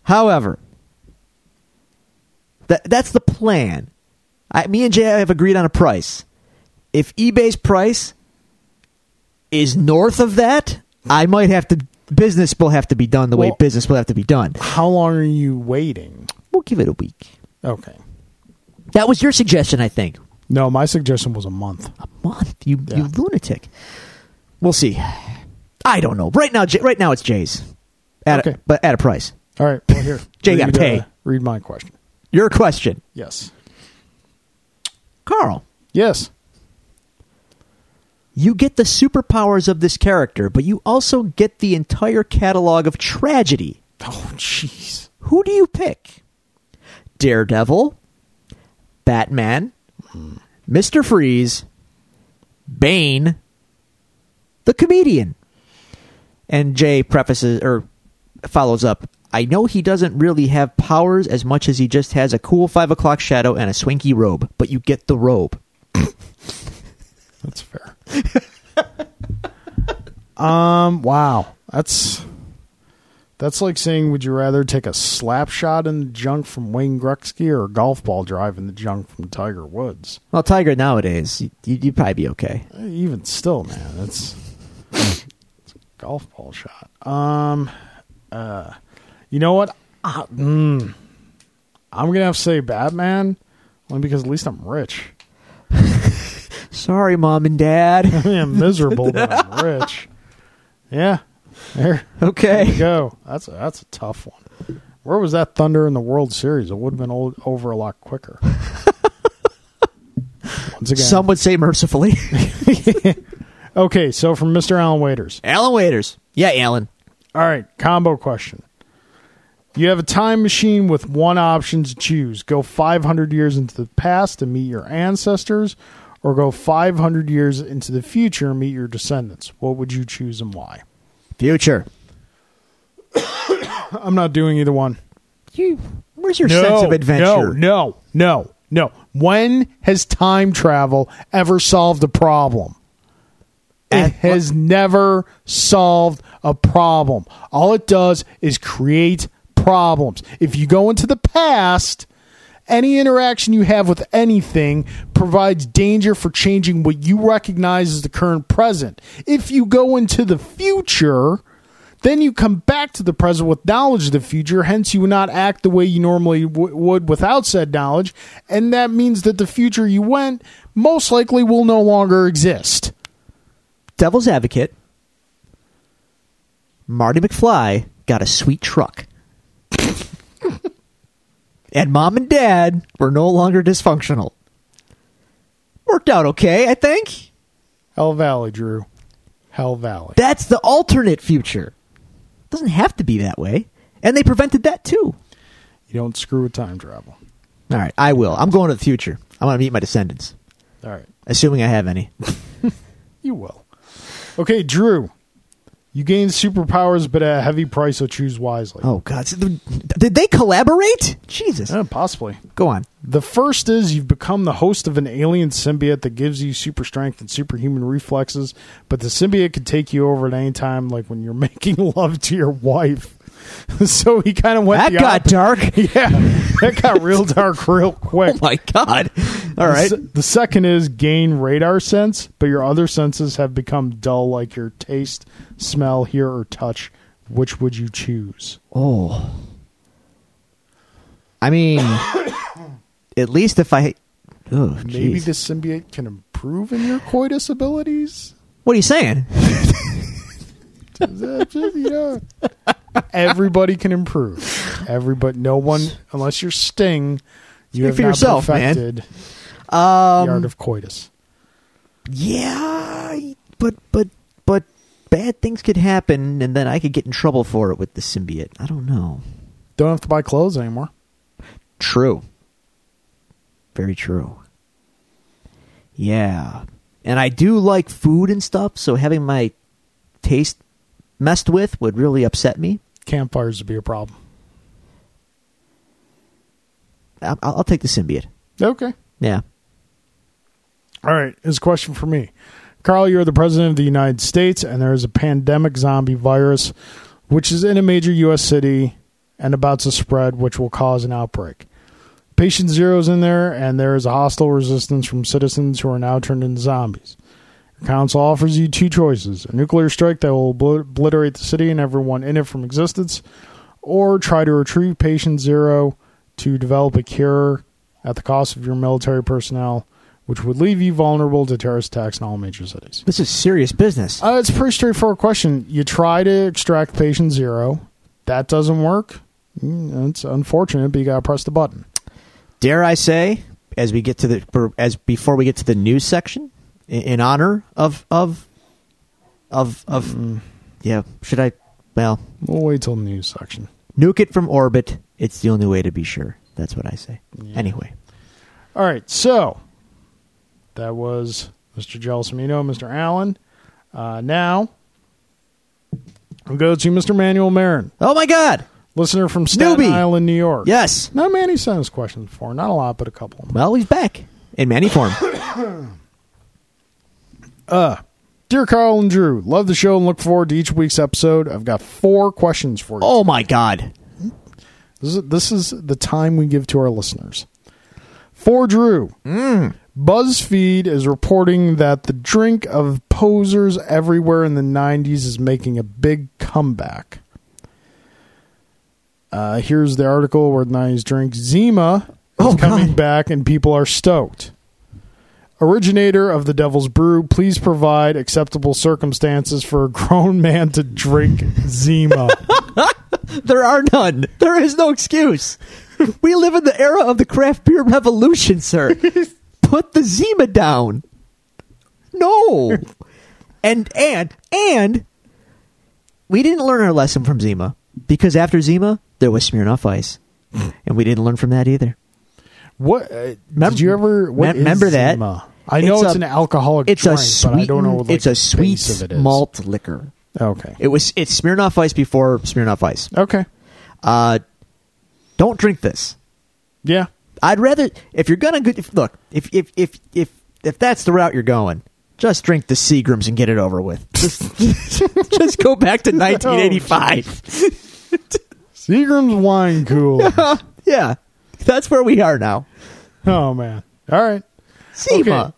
S2: However, that that's the plan. I, me and Jay have agreed on a price. If eBay's price is north of that, I might have to. Business will have to be done the way
S1: Well-
S2: business will have to be done.
S1: How long are you waiting?
S2: We'll give it a week.
S1: Okay.
S2: That was your suggestion, I think.
S1: No, my suggestion was a month.
S2: month. You you
S1: Yeah.
S2: lunatic. We'll see. I don't know. Right now, J- right now it's Jay's. At a,
S1: Okay.
S2: but at a price.
S1: All right. Well, here.
S2: Jay
S1: read,
S2: gotta pay.
S1: uh, read my question.
S2: Your question,
S1: Yes.
S2: Carl.
S1: Yes.
S2: You get the superpowers of this character, but you also get the entire catalog of tragedy.
S1: Oh, jeez.
S2: Who do you pick? Daredevil, Batman, Mister Freeze, Bane, the comedian. And Jay prefaces or follows up. I know he doesn't really have powers as much as he just has a cool five o'clock shadow and a swanky robe, but you get the robe.
S1: That's fair. um. Wow. That's That's like saying, would you rather take a slap shot in the junk from Wayne Gretzky or a golf ball drive in the junk from Tiger Woods?
S2: Well, Tiger nowadays, you, you'd probably be okay.
S1: Eh, Even still, man, that's it's a golf ball shot. Um, uh, you know what? Ah, mm, I'm gonna have to say Batman, only because at least I'm rich.
S2: Sorry, mom and dad.
S1: I am miserable, but I'm rich. Yeah, there you
S2: Okay.
S1: go. That's a, that's a tough one. Where was that thunder in the World Series? It would have been old, over a lot quicker. Once again,
S2: Some would say mercifully.
S1: okay. So from Mr. Alan Waiters.
S2: Alan Waiters. Yeah, Alan.
S1: All right, combo question. You have a time machine with one option to choose go 500 years into the past to meet your ancestors, or go 500 years into the future and meet your descendants. What would you choose and why?
S2: Future.
S1: I'm not doing either one.
S2: You. Where's your sense of
S1: No,
S2: adventure?
S1: no, no, no. When has time travel ever solved a problem? It
S2: And-
S1: has never solved a problem. All it does is create problems. If you go into the past, any interaction you have with anything provides danger for changing what you recognize as the current present. If you go into the future, then you come back to the present with knowledge of the future, hence, you would not act the way you normally w- would without said knowledge, and that means that the future you went most likely will no longer exist.
S2: Devil's advocate. Marty McFly got a sweet truck. and mom and dad were no longer dysfunctional. Worked out okay, I think.
S1: Hell Valley, Drew. Hell Valley.
S2: That's the alternate future. Doesn't have to be that way. And they prevented that too.
S1: You don't screw with time travel.
S2: All right, I will. I'm going to the future. I'm going to meet my descendants,
S1: All right.
S2: assuming I have any.
S1: You will. Okay, Drew. You gain superpowers, but at a heavy price, so choose wisely.
S2: Oh God, So the- did they collaborate? Jesus,
S1: Eh, possibly.
S2: go on.
S1: The first is you've become the host of an alien symbiote that gives you super strength and superhuman reflexes, but the symbiote can take you over at any time, like when you're making love to your wife. so he kind of went.
S2: That
S1: the
S2: got
S1: oppo-
S2: dark.
S1: Yeah, that got real dark real quick.
S2: Oh my God. All right.
S1: The, se- the second is gain radar sense, but your other senses have become dull, like your taste, smell, hear, or touch. Which would you choose?
S2: Oh. I mean, at least if I. Oh,
S1: Maybe
S2: jeez.
S1: the symbiote can improve in your coitus abilities.
S2: What are you saying?
S1: yeah. Everybody can improve. Everybody, no one, unless you're Sting, you
S2: Speak
S1: have
S2: for
S1: not
S2: yourself, man.
S1: perfected the art of coitus.
S2: Um, Yeah, but but but bad things could happen, and then I could get in trouble for it with the symbiote. I don't know.
S1: Don't have to buy clothes anymore.
S2: True. Very true. Yeah. And I do like food and stuff, so having my taste messed with would really upset me.
S1: Campfires would be a problem.
S2: I- I'll, I'll take the symbiote.
S1: Okay.
S2: Yeah.
S1: All right. Here's a question for me. Carl, you're the president of the United States, and there is a pandemic zombie virus which is in a major U.S. city and about to spread, which will cause an outbreak. Patient Zero is in there, and there is a hostile resistance from citizens who are now turned into zombies. Your council offers you two choices a nuclear strike that will obl- obliterate the city and everyone in it from existence, or try to retrieve Patient Zero to develop a cure at the cost of your military personnel, which would leave you vulnerable to terrorist attacks in all major cities.
S2: This is serious business.
S1: Uh, it's a pretty straightforward question. You try to extract patient zero. That doesn't work. Mm, It's unfortunate, but you got to press the button.
S2: dare I say, as we get to the or as before we get to the news section, in, in honor of of of of yeah, should I? Well,
S1: We'll wait till the news section.
S2: nuke it from orbit. It's the only way to be sure. That's what I say. Anyway,
S1: All right, so that was Mr. Gelsomino, Mr. Allen. Uh, now we'll go to Mr. Manuel Marin,
S2: oh my god,
S1: listener from Staten
S2: Newbie.
S1: Island, New York.
S2: yes.
S1: Now, Manny sent us questions before. Not a lot, but a couple of them.
S2: Well, he's back in Manny form.
S1: Dear Carl and Drew, love the show and look forward to each week's episode. I've got four questions for you.
S2: Oh my god.
S1: This is, this is the time we give to our listeners. For Drew,
S2: Mm.
S1: BuzzFeed is reporting that the drink of posers everywhere in the 90s is making a big comeback. Uh, here's the article where the 90s drink Zima is
S2: Oh,
S1: coming
S2: God.
S1: back and people are stoked. Originator of the Devil's Brew, please provide acceptable circumstances for a grown man to drink Zima.
S2: There are none. There is no excuse. we live in the era of the craft beer revolution, sir. Put the Zima down. No. And and and we didn't learn our lesson from Zima because after Zima there was Smirnoff Ice, and we didn't learn from that either.
S1: What uh,
S2: Mem-
S1: did you ever what
S2: mem-
S1: is
S2: remember that?
S1: Zima? I know it's,
S2: It's a-
S1: an alcoholic
S2: It's
S1: drink,
S2: a
S1: but I
S2: sweet.
S1: don't know. Like,
S2: it's a
S1: the
S2: sweet
S1: base of it is.
S2: malt liquor.
S1: Okay.
S2: It was. It's Smirnoff Ice before Smirnoff Ice.
S1: Okay.
S2: Uh, don't drink this.
S1: Yeah.
S2: I'd rather if you're gonna go- if, look if if if if if that's the route you're going, just drink the Seagrams and get it over with. Just, just go back to 1985.
S1: Seagram's wine cool.
S2: yeah, that's where we are now.
S1: oh man. All right.
S2: Seema.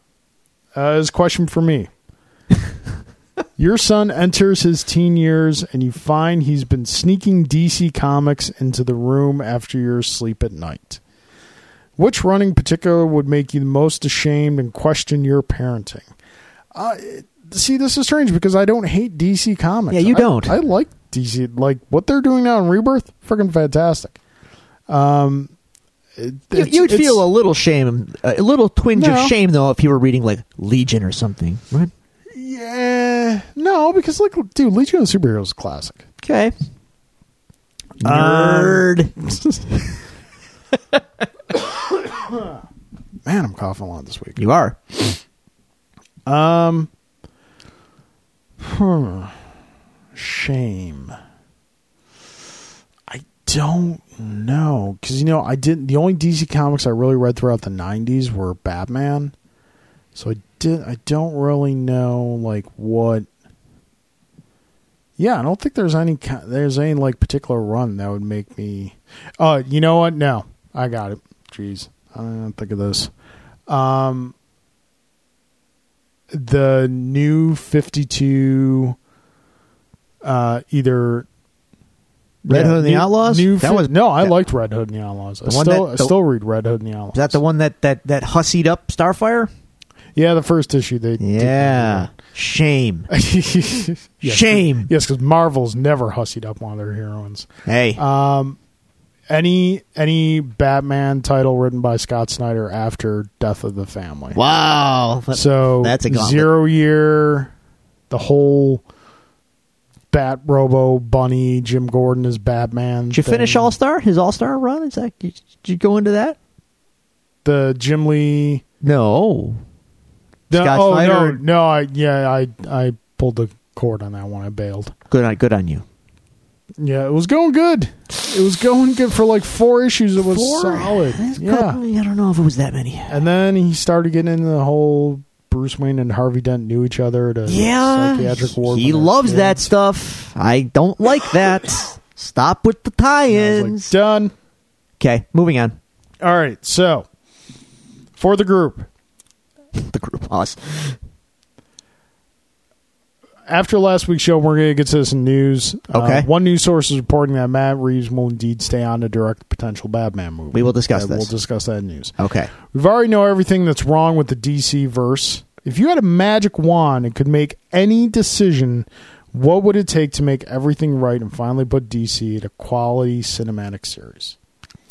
S1: Uh, his question for me. Your son enters his teen years, and you find he's been sneaking DC comics into the room after your sleep at night. Which running particular would make you the most ashamed and question your parenting? Uh, see, this is strange because I don't hate DC comics.
S2: Yeah, you
S1: I-
S2: don't.
S1: I like DC. Like what they're doing now in Rebirth, freaking fantastic. Um, it-
S2: You,
S1: it's-
S2: you'd
S1: it's-
S2: feel a little shame, a little twinge
S1: No.
S2: of shame though, if you were reading like Legion or something. Right?
S1: yeah, no, because like, dude, Legion of Superheroes is a classic.
S2: Okay. Nerd.
S1: Man, I'm coughing a lot this week.
S2: you are.
S1: Um, hmm. shame. I don't know because you know I didn't. The only DC comics I really read throughout the '90s were Batman, so I did. I don't really know like what. Yeah, I don't think there's any ki- there's any like particular run that would make me. Uh, you know what? No, I got it. Jeez, I didn't think of this. Um, the new 52 uh either
S2: Red Hood and the
S1: new-
S2: Outlaws?
S1: new
S2: That
S1: fi-
S2: was-
S1: no i
S2: that-
S1: liked red hood and the outlaws i
S2: The one
S1: still
S2: that-
S1: i
S2: the-
S1: still read red hood and the outlaws
S2: Is that the one that that that hussied up Starfire?
S1: yeah the first issue they did-
S2: Yeah. Shame.
S1: yes,
S2: Shame.
S1: yes because marvel's never hussied up one of their heroines
S2: Hey.
S1: Uh, any any batman title written by scott snyder after death of the family
S2: Wow.
S1: So
S2: that's a gauntlet.
S1: zero year. The whole Bat Robo Bunny Jim Gordon is Batman.
S2: Did you finish
S1: thing.
S2: All Star? His All Star run? Is that? Did you go into that?
S1: the Jim Lee?
S2: No.
S1: No,
S2: Scott
S1: oh
S2: Snyder?
S1: no, no, I yeah, I I pulled the cord on that one. I bailed.
S2: Good on. Good on you.
S1: Yeah, it was going good. It was going good for like four issues. It was solid.
S2: That's good.
S1: Yeah,
S2: I don't know if it was that many.
S1: and then he started getting into the whole Bruce Wayne and Harvey Dent knew each other. At a
S2: Yeah.
S1: psychiatric ward.
S2: He
S1: when they were
S2: loves
S1: kids.
S2: that stuff. I don't like that. Stop with the
S1: I was like,
S2: tie-ins.
S1: Done.
S2: okay, moving on.
S1: All right, so for the group,
S2: The group pause.
S1: after last week's show, we're going to get to some news.
S2: Okay.
S1: Uh, one news source is reporting that Matt Reeves will indeed stay on to direct the potential Batman movie.
S2: We will discuss
S1: Uh,
S2: this.
S1: We'll discuss that news.
S2: Okay.
S1: We've already know everything that's wrong with the DC verse. If you had a magic wand and could make any decision, what would it take to make everything right and finally put DC at a quality cinematic series?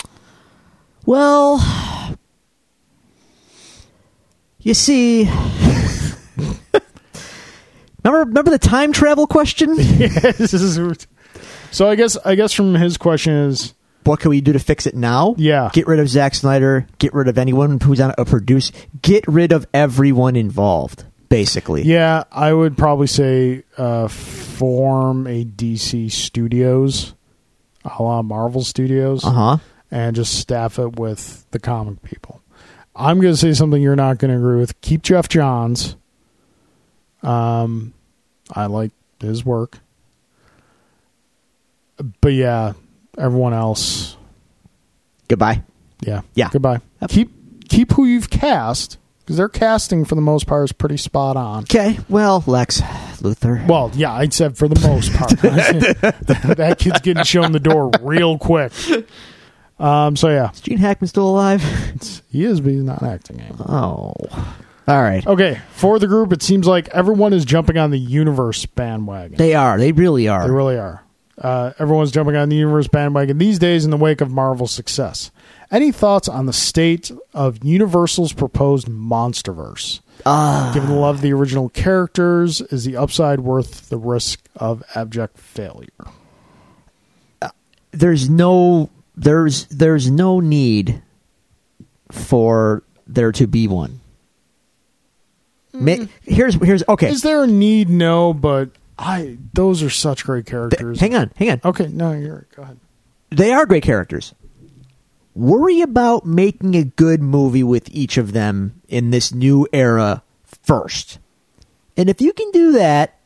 S2: Well, you see, remember remember the time travel question?
S1: This is- so I guess I guess from his question is
S2: what can we do to fix it now?
S1: Yeah.
S2: get rid of Zack Snider. Get rid of anyone who's on a produce. Get rid of everyone involved. Basically,
S1: Yeah, I would probably say uh, form a DC Studios, a la Marvel Studios,
S2: Uh huh.
S1: and just staff it with the comic people. I'm going to say something you're not going to agree with. Keep Jeff Johns. Um, I like his work, but yeah, everyone else,
S2: Goodbye.
S1: yeah,
S2: Yeah.
S1: goodbye.
S2: Yep.
S1: Keep keep who you've cast because their casting for the most part is pretty spot on.
S2: Okay. Well, Lex Luthor.
S1: Well, yeah, I said for the most part. that kid's getting shown the door real quick. Um, so yeah,
S2: Is Gene Hackman still alive?
S1: he is, but he's not acting anymore.
S2: oh. All right.
S1: Okay, for the group, it seems like everyone is jumping on the universe bandwagon.
S2: They are. They really are.
S1: They really are. Uh, everyone's jumping on the universe bandwagon these days in the wake of Marvel's success. Any thoughts on the state of Universal's proposed MonsterVerse?
S2: Ah.
S1: Given the love of the original characters, is the upside worth the risk of abject failure?
S2: there's no there's there's no need for there to be one. Ma- here's here's okay.
S1: Is there a need? No, but I. Those are such great characters.
S2: hang on, hang on.
S1: Okay, no, you're go ahead.
S2: They are great characters. Worry about making a good movie with each of them in this new era first. And if you can do that,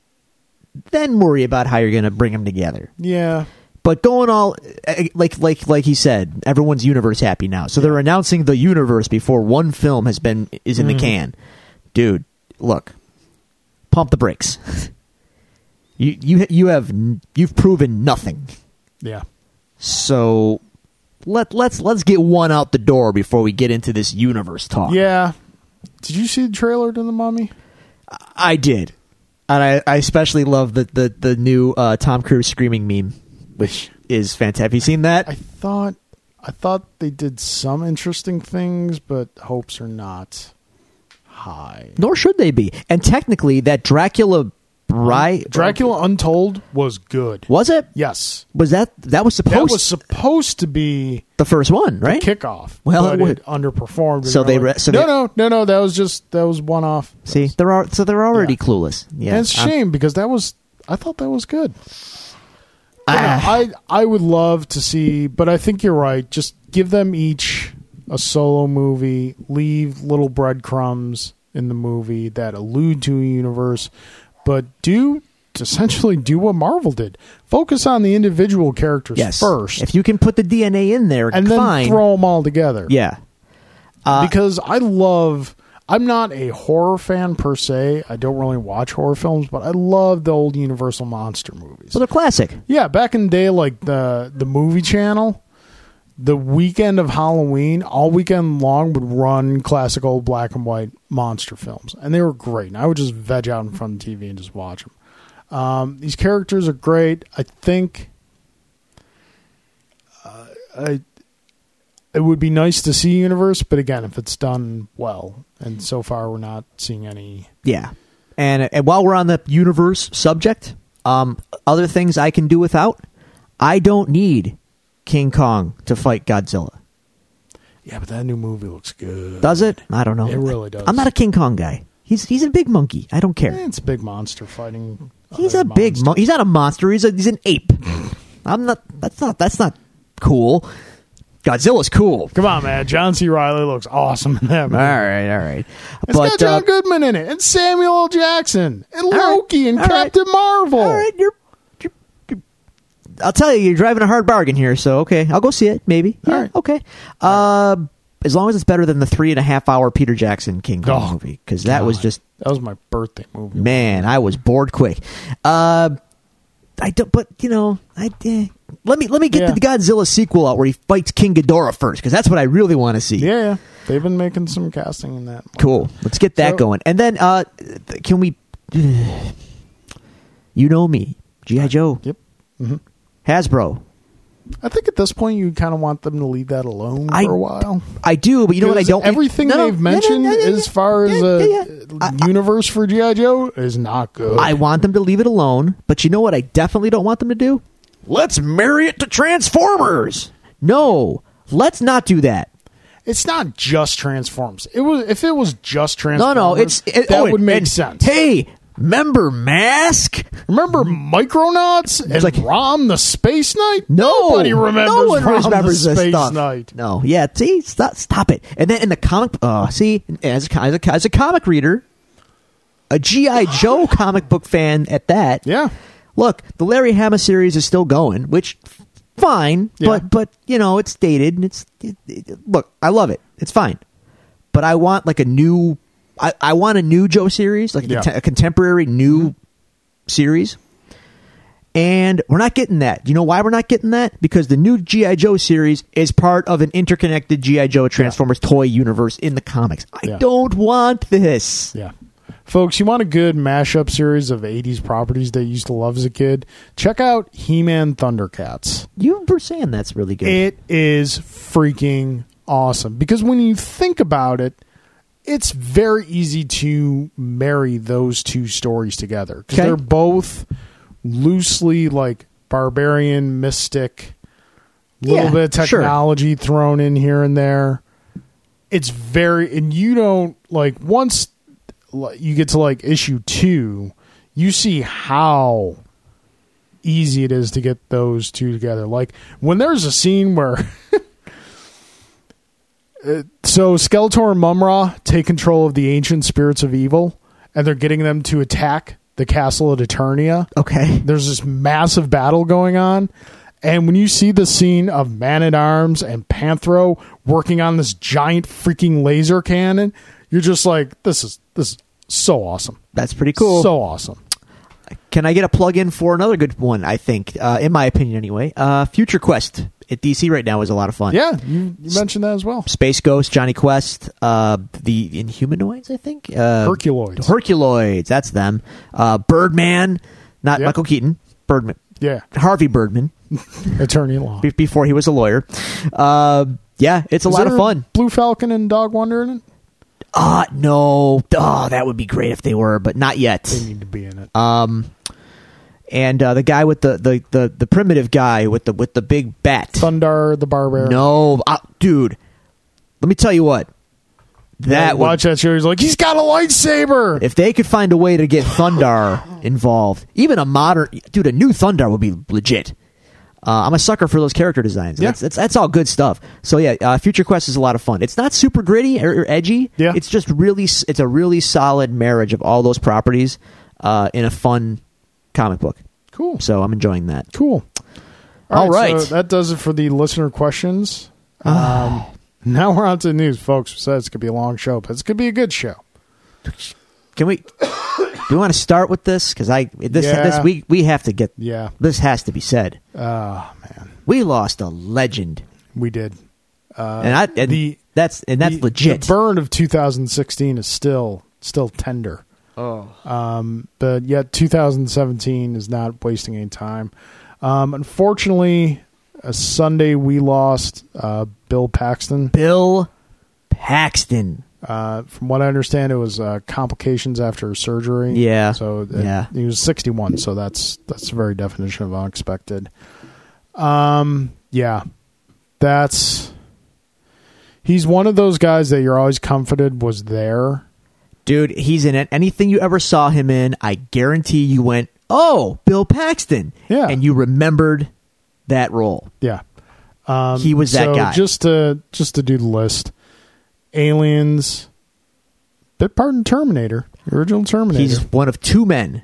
S2: then worry about how you're going to bring them together.
S1: Yeah,
S2: But going all eh, like like like he said, everyone's universe happy now. So they're announcing the universe before one film has been is
S1: Mm-hmm.
S2: in the can. Dude, look, pump the brakes. you you you have n- you've proven nothing.
S1: yeah.
S2: So let let's let's get one out the door before we get into this universe talk.
S1: Yeah. Did you see the trailer to The Mummy?
S2: I did, and I, I especially love the the the new uh, Tom Cruise screaming meme, which is fantastic. Have you seen that?
S1: I thought I thought they did some interesting things, but hopes are not high.
S2: Nor should they be. And technically, that Dracula bride
S1: Dracula Untold was good.
S2: was it?
S1: Yes.
S2: Was that that was supposed
S1: That was supposed to be
S2: the first one, right?
S1: kickoff.
S2: Well,
S1: but
S2: it would-
S1: it underperformed. and
S2: So
S1: they're
S2: they
S1: like,
S2: re- so
S1: no,
S2: they-
S1: no, no, no. That was just that was one off.
S2: See, they're al- so they're already
S1: Yeah.
S2: clueless. Yeah,
S1: and it's a
S2: I'm-
S1: shame because that was I thought that was good. But
S2: Ah.
S1: no, I I would love to see, but I think you're right. Just give them each a solo movie. Leave little breadcrumbs in the movie that allude to a universe, but do essentially do what Marvel did. Focus on the individual characters
S2: yes.
S1: first,
S2: if you can put the DNA in there,
S1: and then
S2: fine.
S1: throw them all together
S2: yeah,
S1: because I love. I'm not a horror fan per se. I don't really watch horror films, but I love the old Universal monster movies.
S2: so they're classic.
S1: Yeah, back in the day, like the the movie channel, the weekend of Halloween, all weekend long would run classic old black and white monster films, and they were great. And I would just veg out in front of the TV and just watch them. Um, these characters are great. I think uh, I, it would be nice to see Universe, but again, if it's done well, and so far we're not seeing any.
S2: Yeah, and and while we're on the universe subject, um, other things I can do without. I don't need King Kong to fight Godzilla.
S1: Yeah, but that new movie looks good.
S2: Does it? I don't know.
S1: It really does.
S2: I'm not a King Kong guy. He's he's a big monkey. I don't care.
S1: Eh, It's a big monster fighting.
S2: He's
S1: other
S2: a big.
S1: monsters.
S2: Mon- he's not a monster. He's a, he's an ape. I'm not. That's not. That's not cool. Godzilla's cool.
S1: Come on, man. John C. Riley looks awesome in that
S2: All
S1: movie.
S2: right. All right.
S1: It's got John
S2: uh,
S1: Goodman in it, and Samuel L. Jackson, and
S2: right,
S1: Loki, and
S2: all right.
S1: Captain Marvel.
S2: all right. You're, you're, you're- I'll tell you, you're driving a hard bargain here. So okay, I'll go see it. Maybe.
S1: All
S2: Yeah,
S1: right.
S2: Okay. Uh, as long as it's better than the three and a half hour Peter Jackson King Kong
S1: Oh,
S2: movie, because that was
S1: God,
S2: just
S1: that was my birthday movie.
S2: man, I was bored quick. Uh, I don't, but you know, I eh. let me let me get
S1: Yeah.
S2: the Godzilla sequel out where he fights King Ghidorah first because that's what I really want to see.
S1: Yeah, yeah, they've been making some casting in that.
S2: Cool. Let's get that
S1: So-
S2: going, and then uh, th- can we? You know me, GI Joe,
S1: Yep.
S2: Hasbro.
S1: I think at this point you kind of want them to leave that alone
S2: I-
S1: for a while.
S2: I do, but you know what? I
S1: Because
S2: don't. e
S1: Everything
S2: No, no,
S1: they've
S2: no, no,
S1: mentioned
S2: no, no, no,
S1: as far as
S2: yeah,
S1: a
S2: yeah, yeah. I- I-
S1: universe for GI Joe is not good.
S2: I want them to leave it alone, but you know what I definitely don't want them to do? Let's marry it to Transformers. No, let's not do that.
S1: it's not just Transforms. It was if it was just
S2: No,
S1: Transformers.
S2: no, it's it,
S1: that
S2: oh,
S1: would make
S2: and-
S1: sense.
S2: Hey, member Mask?
S1: Remember Micronauts and
S2: Mm. like-
S1: Rom the Space Knight?
S2: No,
S1: Nobody remembers
S2: no one
S1: Rom
S2: remembers
S1: the
S2: this
S1: Space
S2: stuff.
S1: Knight.
S2: No, yeah, see, stop, stop it. And then in the comic, uh, see, as a, as a, as a comic reader, a GI Joe comic book fan at that.
S1: Yeah.
S2: Look, the Larry Hama series is still going, which f- fine,
S1: Yeah.
S2: but but you know it's dated and it's it, it- look, I love it, it's fine, but I want like a new, I, I want a new Joe series, like a,
S1: Yeah. Mm-hmm.
S2: cont- a contemporary new series, and we're not getting that. Do you know why we're not getting that? Because the new GI Joe series is part of an interconnected GI Joe Transformers toy universe in the comics. I
S1: Yeah.
S2: don't want this.
S1: Yeah. Folks, you want a good mashup series of 80s properties that you used to love as a kid? Check out He Man Thundercats.
S2: You were saying that's really good.
S1: It is freaking awesome because when you think about it, it's very easy to marry those two stories together because
S2: Okay.
S1: they're both loosely like barbarian, mystic, little
S2: Yeah,
S1: bit of
S2: sure.
S1: technology thrown in here and there. It's very, and you don't like once like, you get to like issue two, you see how easy it is to get those two together. Like when there's a scene where. Uh, So Skeletor and Mumra take control of the ancient spirits of evil, and they're getting them to attack the castle of Eternia
S2: okay.
S1: there's this massive battle going on. And when you see the scene of Man at Arms and Panthro working on this giant freaking laser cannon, you're just like, this is this is so awesome.
S2: That's pretty cool.
S1: So awesome.
S2: Can I get a plug in for another good one? I think, uh, in my opinion, anyway. Uh, Future Quest at DC right now is a lot of fun.
S1: Yeah, you, you mentioned that as well.
S2: Space Ghost, Johnny Quest, uh, the Inhumanoids, I think. Uh,
S1: Herculoids.
S2: Herculoids, that's them. Uh, Birdman, not
S1: Yep.
S2: Michael Keaton. Birdman,
S1: yeah,
S2: Harvey Birdman,
S1: Attorney Law.
S2: be- before he was a lawyer. Uh, yeah, it's a
S1: Is
S2: lot of
S1: there
S2: fun.
S1: Blue Falcon and Dog Wonder in it?
S2: Ah, no, oh, that would be great if they were, but not yet.
S1: They need to be in it.
S2: Um, and uh, the guy with the, the, the, the primitive guy with the with the big bat.
S1: Thunder the Barbarian.
S2: No, uh, dude. Let me tell you what. That would-
S1: watch that show. He's like, he's got a lightsaber.
S2: if they could find a way to get Thundar involved, even a modern dude, a new Thundar would be legit. Uh, I'm a sucker for those character designs.
S1: Yeah.
S2: That's, that's that's all good stuff. So yeah, uh, Future Quest is a lot of fun. It's not super gritty or, or edgy.
S1: Yeah.
S2: it's just really s- it's a really solid marriage of all those properties uh, in a fun comic book.
S1: cool.
S2: So I'm enjoying that.
S1: Cool.
S2: All right.
S1: so that does it for the listener questions. Um,
S2: Ah.
S1: now we're on to the news, folks. We said it's going to be a long show, but it's going to be a good show.
S2: Can we? do we want to start with this? Because I this
S1: Yeah.
S2: this we we have to get
S1: Yeah.
S2: this has to be said.
S1: Oh, man.
S2: We lost a legend,
S1: We did.
S2: and I and
S1: Uh, the-
S2: that's and that's
S1: The-
S2: legit.
S1: The burn of 2016 is still still tender. Um,
S2: oh,
S1: but yet 2017 is not wasting any time. Um, unfortunately, a Sunday we lost uh, Bill Paxton.
S2: Bill Paxton.
S1: Uh, from what I understand, it was uh, complications after surgery.
S2: Yeah.
S1: So uh,
S2: Yeah.
S1: he was 61. So that's that's the very definition of unexpected. Um. Yeah. That's. He's one of those guys that you're always comforted was there.
S2: Dude, he's in it. Anything you ever saw him in, I guarantee you went, "Oh, Bill Paxton."
S1: Yeah.
S2: and you remembered that role.
S1: Yeah. Um,
S2: He was that
S1: so
S2: guy.
S1: Just to just to do the list, Aliens, bit pardon Terminator, the original Terminator.
S2: He's one of two men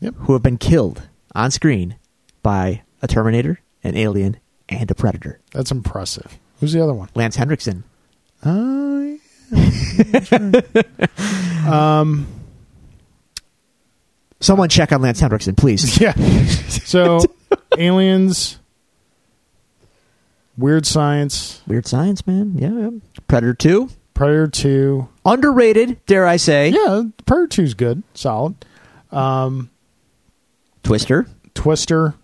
S1: Yep.
S2: who have been killed on screen by a Terminator, an alien, and a Predator.
S1: That's impressive. Who's the other one?
S2: Lance Hendrickson.
S1: Uh,
S2: Someone check on Lance Hendrickson, please.
S1: Yeah. So, aliens, weird science,
S2: Weird science, man. Yeah, yeah. Predator 2.
S1: Predator Two.
S2: Underrated, dare I say.
S1: Yeah, Predator Two's good, solid.
S2: Twister.
S1: Twister,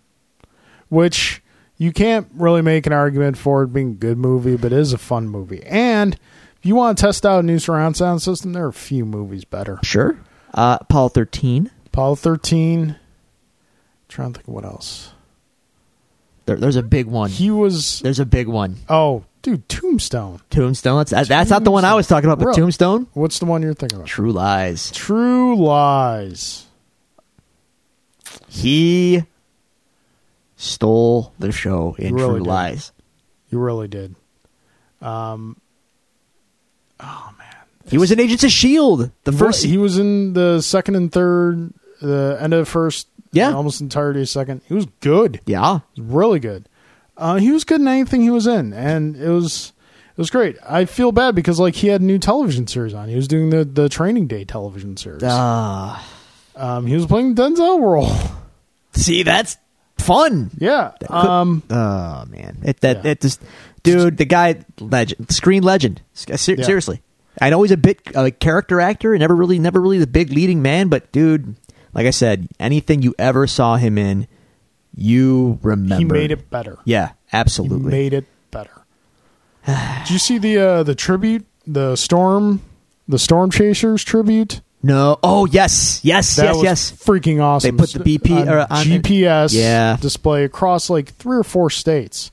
S1: which you can't really make an argument for it being a good movie, but it is a fun movie. And if you want to test out a new surround sound system, there are a few movies better.
S2: Sure. Uh, Apollo 13.
S1: Apollo thirteen. trying to think of what else.
S2: There, there's a big one.
S1: He was
S2: There's a big one.
S1: oh, dude, Tombstone.
S2: Tombstone. That's, that's not the one I was talking about, but
S1: Really?
S2: Tombstone.
S1: What's the one you're thinking of?
S2: True Lies.
S1: True Lies.
S2: He stole the show in
S1: Really
S2: True
S1: did.
S2: Lies.
S1: You really did. Um, oh man,
S2: He was in Agents of Shield. E The first.
S1: he was in the second and third, the end of the first,
S2: Yeah.
S1: and almost entirety of second. He was good,
S2: yeah.
S1: He was really good. Uh, he was good in anything he was in, and it was it was great. I feel bad because like he had a new television series on. He was doing the the Training Day television series.
S2: Uh,
S1: um, he was playing Denzel role.
S2: see, that's fun.
S1: yeah, um,
S2: Oh man, it that
S1: Yeah.
S2: it just, dude, the guy legend, screen legend. S- uh, ser-
S1: Yeah.
S2: Seriously, I know he's a bit a character actor, never really, never really the big leading man, but dude, like I said, anything you ever saw him in, you remember.
S1: he made it better.
S2: Yeah,
S1: He
S2: absolutely.
S1: made it better. Did you see the uh, the tribute, the storm, the storm chasers tribute?
S2: no. Oh yes, yes,
S1: That
S2: yes,
S1: was
S2: yes.
S1: freaking awesome.
S2: They put the BP
S1: on
S2: or on-
S1: GPS
S2: Yeah.
S1: display across like three or four states.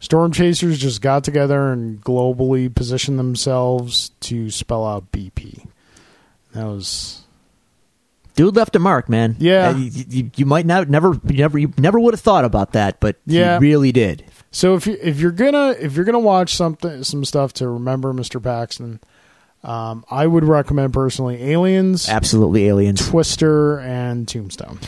S1: Storm chasers just got together and globally positioned themselves to spell out BP. That was
S2: Dude left a mark, man.
S1: Yeah.
S2: Uh, you, you, you might not never you never you never would have thought about that, but
S1: Yeah.
S2: he really did.
S1: So if you if you're gonna if you're gonna watch something some stuff to remember Mr. Paxton, um, I would recommend personally Aliens,
S2: Absolutely aliens.
S1: Twister, and Tombstone.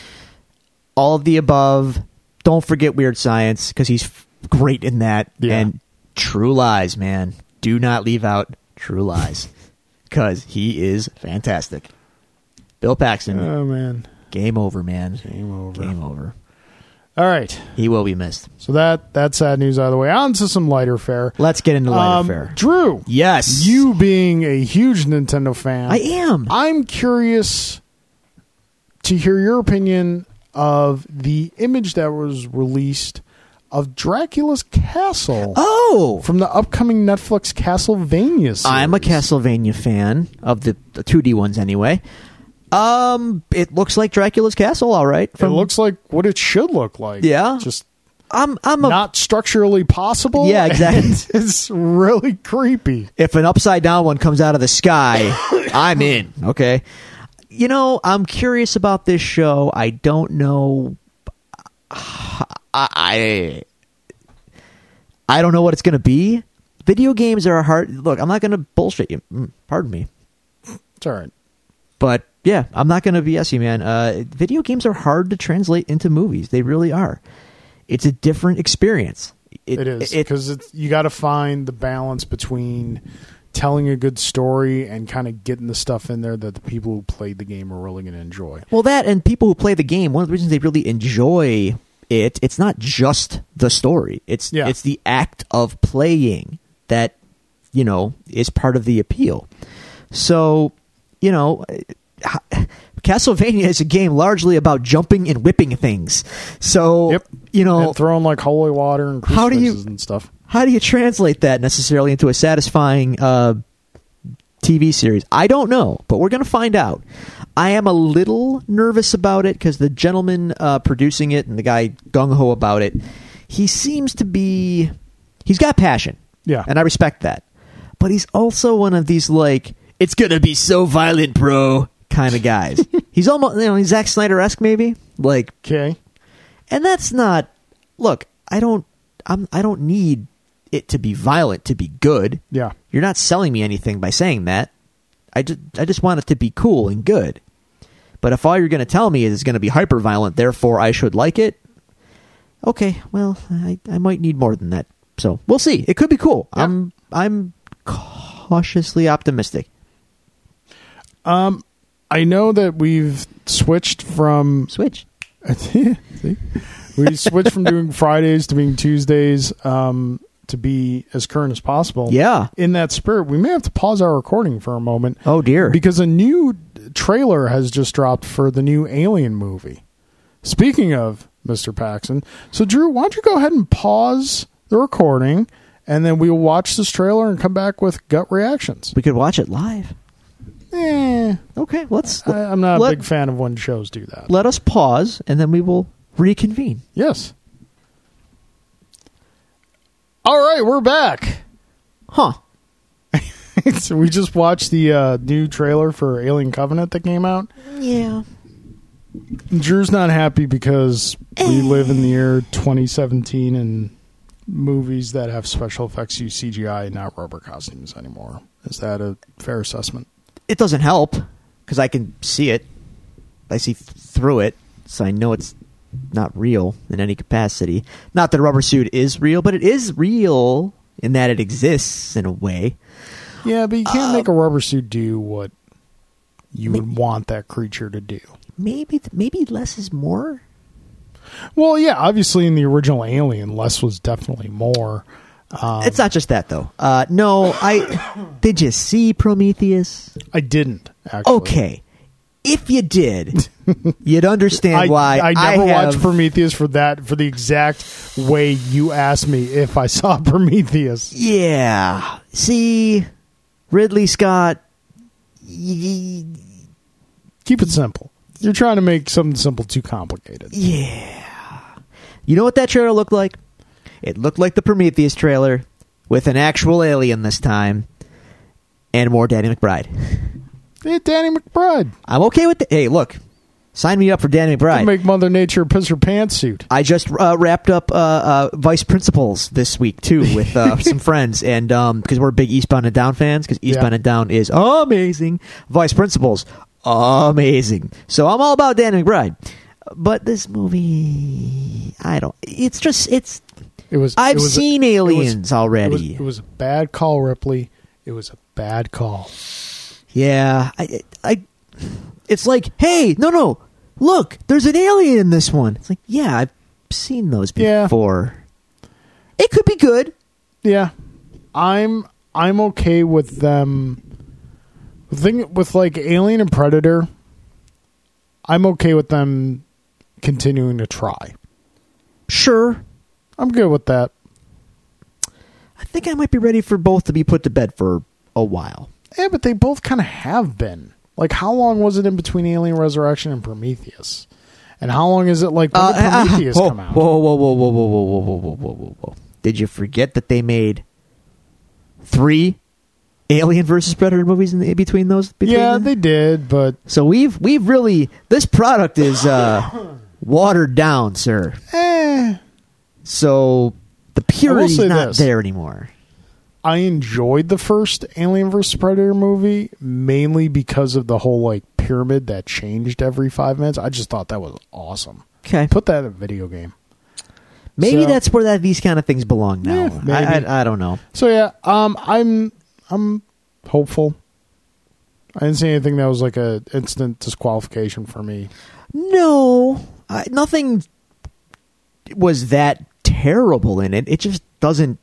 S2: All of the above. Don't forget Weird Science because he's f- great in that.
S1: Yeah.
S2: And True Lies, man. Do not leave out True Lies because he is fantastic. Bill Paxton,
S1: Oh man,
S2: game over, man.
S1: game over.
S2: Game over.
S1: All right,
S2: He will be missed.
S1: so that that sad news out of the way. On to some lighter fare.
S2: Let's get into lighter
S1: Um,
S2: fare.
S1: Drew,
S2: Yes,
S1: you being a huge Nintendo fan,
S2: I am.
S1: I'm curious to hear your opinion of the image that was released of Dracula's castle.
S2: oh,
S1: from the upcoming Netflix Castlevania series.
S2: I'm a Castlevania fan of the, the 2D ones anyway. Um, it looks like Dracula's castle, all right.
S1: It looks like what it should look like.
S2: Yeah.
S1: Just
S2: I'm I'm a,
S1: not structurally possible.
S2: Yeah, exactly.
S1: and It's really creepy.
S2: if an upside down one comes out of the sky, I'm in. Okay. You know, I'm curious about this show. I don't know. I I, I don't know what it's going to be. Video games are a hard look. I'm not going to bullshit you. Mm, Pardon me.
S1: It's all right.
S2: but yeah, I'm not going to BS you, man. Uh, video games are hard to translate into movies. They really are. It's a different experience.
S1: It is because it's you got to find the balance between telling a good story and kind of getting the stuff in there that the people who played the game are really going to enjoy.
S2: well, that and people who play the game. One of the reasons they really enjoy it, it's not just the story. It's
S1: Yeah.
S2: it's the act of playing that you know is part of the appeal. So you know. Castlevania is a game largely about jumping and whipping things. So,
S1: Yep.
S2: you know,
S1: and throwing like holy water and
S2: How do you-
S1: crucifixes and stuff.
S2: how do you translate that necessarily into a satisfying uh, TV series? I don't know, but we're going to find out. I am a little nervous about it because the gentleman uh, producing it and the guy gung ho about it, he seems to be. He's got passion.
S1: Yeah.
S2: And I respect that. But he's also one of these, like, it's going to be so violent, bro, kind of guys. he's almost, you know, he's Zack Snyder esque, maybe. Like,
S1: Okay.
S2: and that's not look i don't i'm i don't need it to be violent to be good
S1: Yeah.
S2: you're not selling me anything by saying that i just i just want it to be cool and good but if all you're going to tell me is it's going to be hyper violent therefore i should like it okay well i i might need more than that so we'll see it could be cool
S1: Yeah.
S2: i'm i'm cautiously optimistic
S1: I know that we've switched from
S2: switch
S1: See? we switched from doing Fridays to being Tuesdays um, to be as current as possible.
S2: yeah
S1: In that spirit, we may have to pause our recording for a moment
S2: oh dear
S1: because a new trailer has just dropped for the new Alien movie. Speaking of Mr. Paxson, so Drew, why don't you go ahead and pause the recording and then we'll watch this trailer and come back with gut reactions.
S2: we could watch it live
S1: Eh,
S2: okay let's
S1: I, I'm not a
S2: let-
S1: big fan of when shows do that.
S2: let us pause and then we will reconvene.
S1: Yes. All right, we're back.
S2: Huh.
S1: so we just watched the uh, new trailer for Alien Covenant that came out.
S2: Yeah.
S1: Eh. Drew's not happy because we live in the year 2017 and movies that have special effects use CGI and not rubber costumes anymore. Is that a fair assessment?
S2: It doesn't help because I can see it. I see th- through it, so I know it's not real in any capacity. Not that a rubber suit is real, but it is real in that it exists in a way.
S1: Yeah, but you can't make a rubber suit do what you would want that creature to do.
S2: Maybe th- maybe less is more.
S1: Well, yeah, obviously in the original Alien, less was definitely more. Um.
S2: it's not just that though. Uh, no, I did you see Prometheus?
S1: I didn't actually.
S2: Okay, if you did, you'd understand
S1: I,
S2: why
S1: I never
S2: have-
S1: watched Prometheus for that for the exact way you asked me if I saw Prometheus.
S2: Yeah. See, Ridley Scott. y- y-
S1: Keep it simple. You're trying to make something simple too complicated.
S2: Yeah. You know what that trailer looked like? It looked like the Prometheus trailer with an actual alien this time and more Danny McBride.
S1: Yeah, Eh, Danny McBride
S2: I'm okay with it. Hey, look. Sign me up for Danny
S1: can
S2: McBride.
S1: make Mother Nature piss her pants suit.
S2: I just uh, wrapped up uh, uh, Vice Principals this week too with uh, some friends, and because we're big Eastbound and Down fans, because Eastbound and Down is amazing. Vice Principals, amazing. So I'm all about Dan McBride, but this movie, I don't. It's just it's.
S1: It was.
S2: I've
S1: it was a-
S2: seen
S1: it was-
S2: Aliens already.
S1: It was, it was a bad call, Ripley. It was a bad call.
S2: Yeah, I, I, it's like, hey, no, no, look, there's an alien in this one. It's like, yeah, I've seen those
S1: Yeah.
S2: before. It could be good.
S1: Yeah, I'm I'm okay with them. The thing with like Alien and Predator, I'm okay with them continuing to try.
S2: Sure,
S1: I'm good with that.
S2: I think I might be ready for both to be put to bed for a while.
S1: Yeah, but they both kind of have been. Like, how long was it in between Alien Resurrection and Prometheus? And how long is it like when did
S2: uh,
S1: Prometheus
S2: whoa,
S1: come out?
S2: whoa, whoa, whoa, whoa, whoa, whoa, whoa, whoa, whoa, whoa, whoa! Did you forget that they made three Alien versus Predator movies in, the, in between those? Between
S1: yeah,
S2: them?
S1: they did, but
S2: So we've we've really this product is uh, watered down, sir.
S1: eh,
S2: So the purity's
S1: say
S2: not
S1: this.
S2: there anymore.
S1: I enjoyed the first Alien vs. Predator movie mainly because of the whole like pyramid that changed every five minutes. I just thought that was awesome.
S2: Okay,
S1: Put that in a video game.
S2: maybe
S1: so-
S2: that's where that these kind of things belong now.
S1: Yeah, maybe.
S2: I, I I don't know.
S1: So yeah, um, I'm I'm hopeful. I didn't see anything that was like a instant disqualification for me.
S2: No, I, nothing was that terrible in it. It just doesn't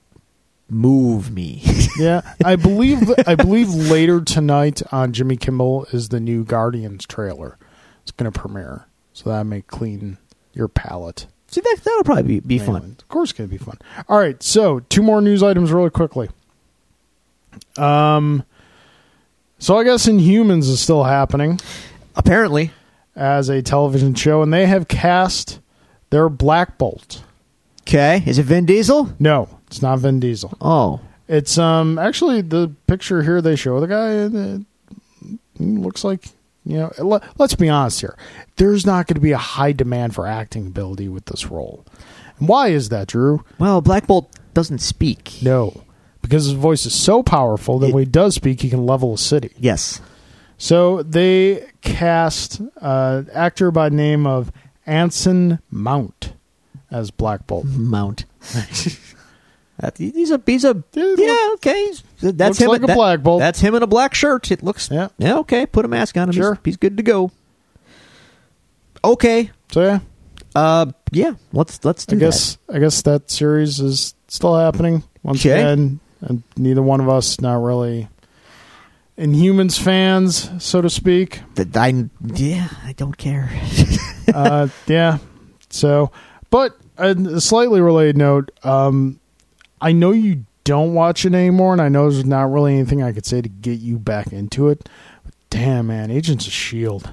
S2: move me.
S1: Yeah, I believe I believe later tonight on Jimmy Kimmel is the new Guardians trailer. It's going to premiere, so that may clean your palate.
S2: See, that that'll probably be, be
S1: Anyway,
S2: fun.
S1: Of course, it's going to be fun. All right, so two more news items really quickly. Um, so I guess Inhumans is still happening
S2: Apparently,
S1: as a television show, and they have cast their Black Bolt.
S2: okay. Is it Vin Diesel?
S1: No, it's not Vin Diesel.
S2: Oh,
S1: It's um actually the picture here they show the guy uh, looks like you know let, let's be honest here. There's not going to be a high demand for acting ability with this role. And why is that, Drew?
S2: well, Black Bolt doesn't speak.
S1: No, because his voice is so powerful that
S2: It-
S1: when he does speak, he can level a city.
S2: Yes.
S1: So they cast uh, actor by name of Anson Mount as Black Bolt.
S2: Mount. That- he's a he's a
S1: Yeah, it
S2: yeah okay.
S1: looks
S2: That's him
S1: like
S2: in-
S1: a
S2: that-
S1: black bolt.
S2: That's him in a black shirt. It looks
S1: Yeah.
S2: okay. Put a mask on him.
S1: Sure.
S2: He's, he's good to go. Okay.
S1: So yeah,
S2: Uh yeah. Let's let's
S1: I
S2: do
S1: guess I guess that series is still happening once
S2: Okay.
S1: again, and neither one of us not really Inhumans fans, so to speak.
S2: that. Th- I yeah. I don't care.
S1: uh, yeah. So, but a slightly related note. Um, I know you don't watch it anymore, and I know there's not really anything I could say to get you back into it. But damn, man, Agents of Shield.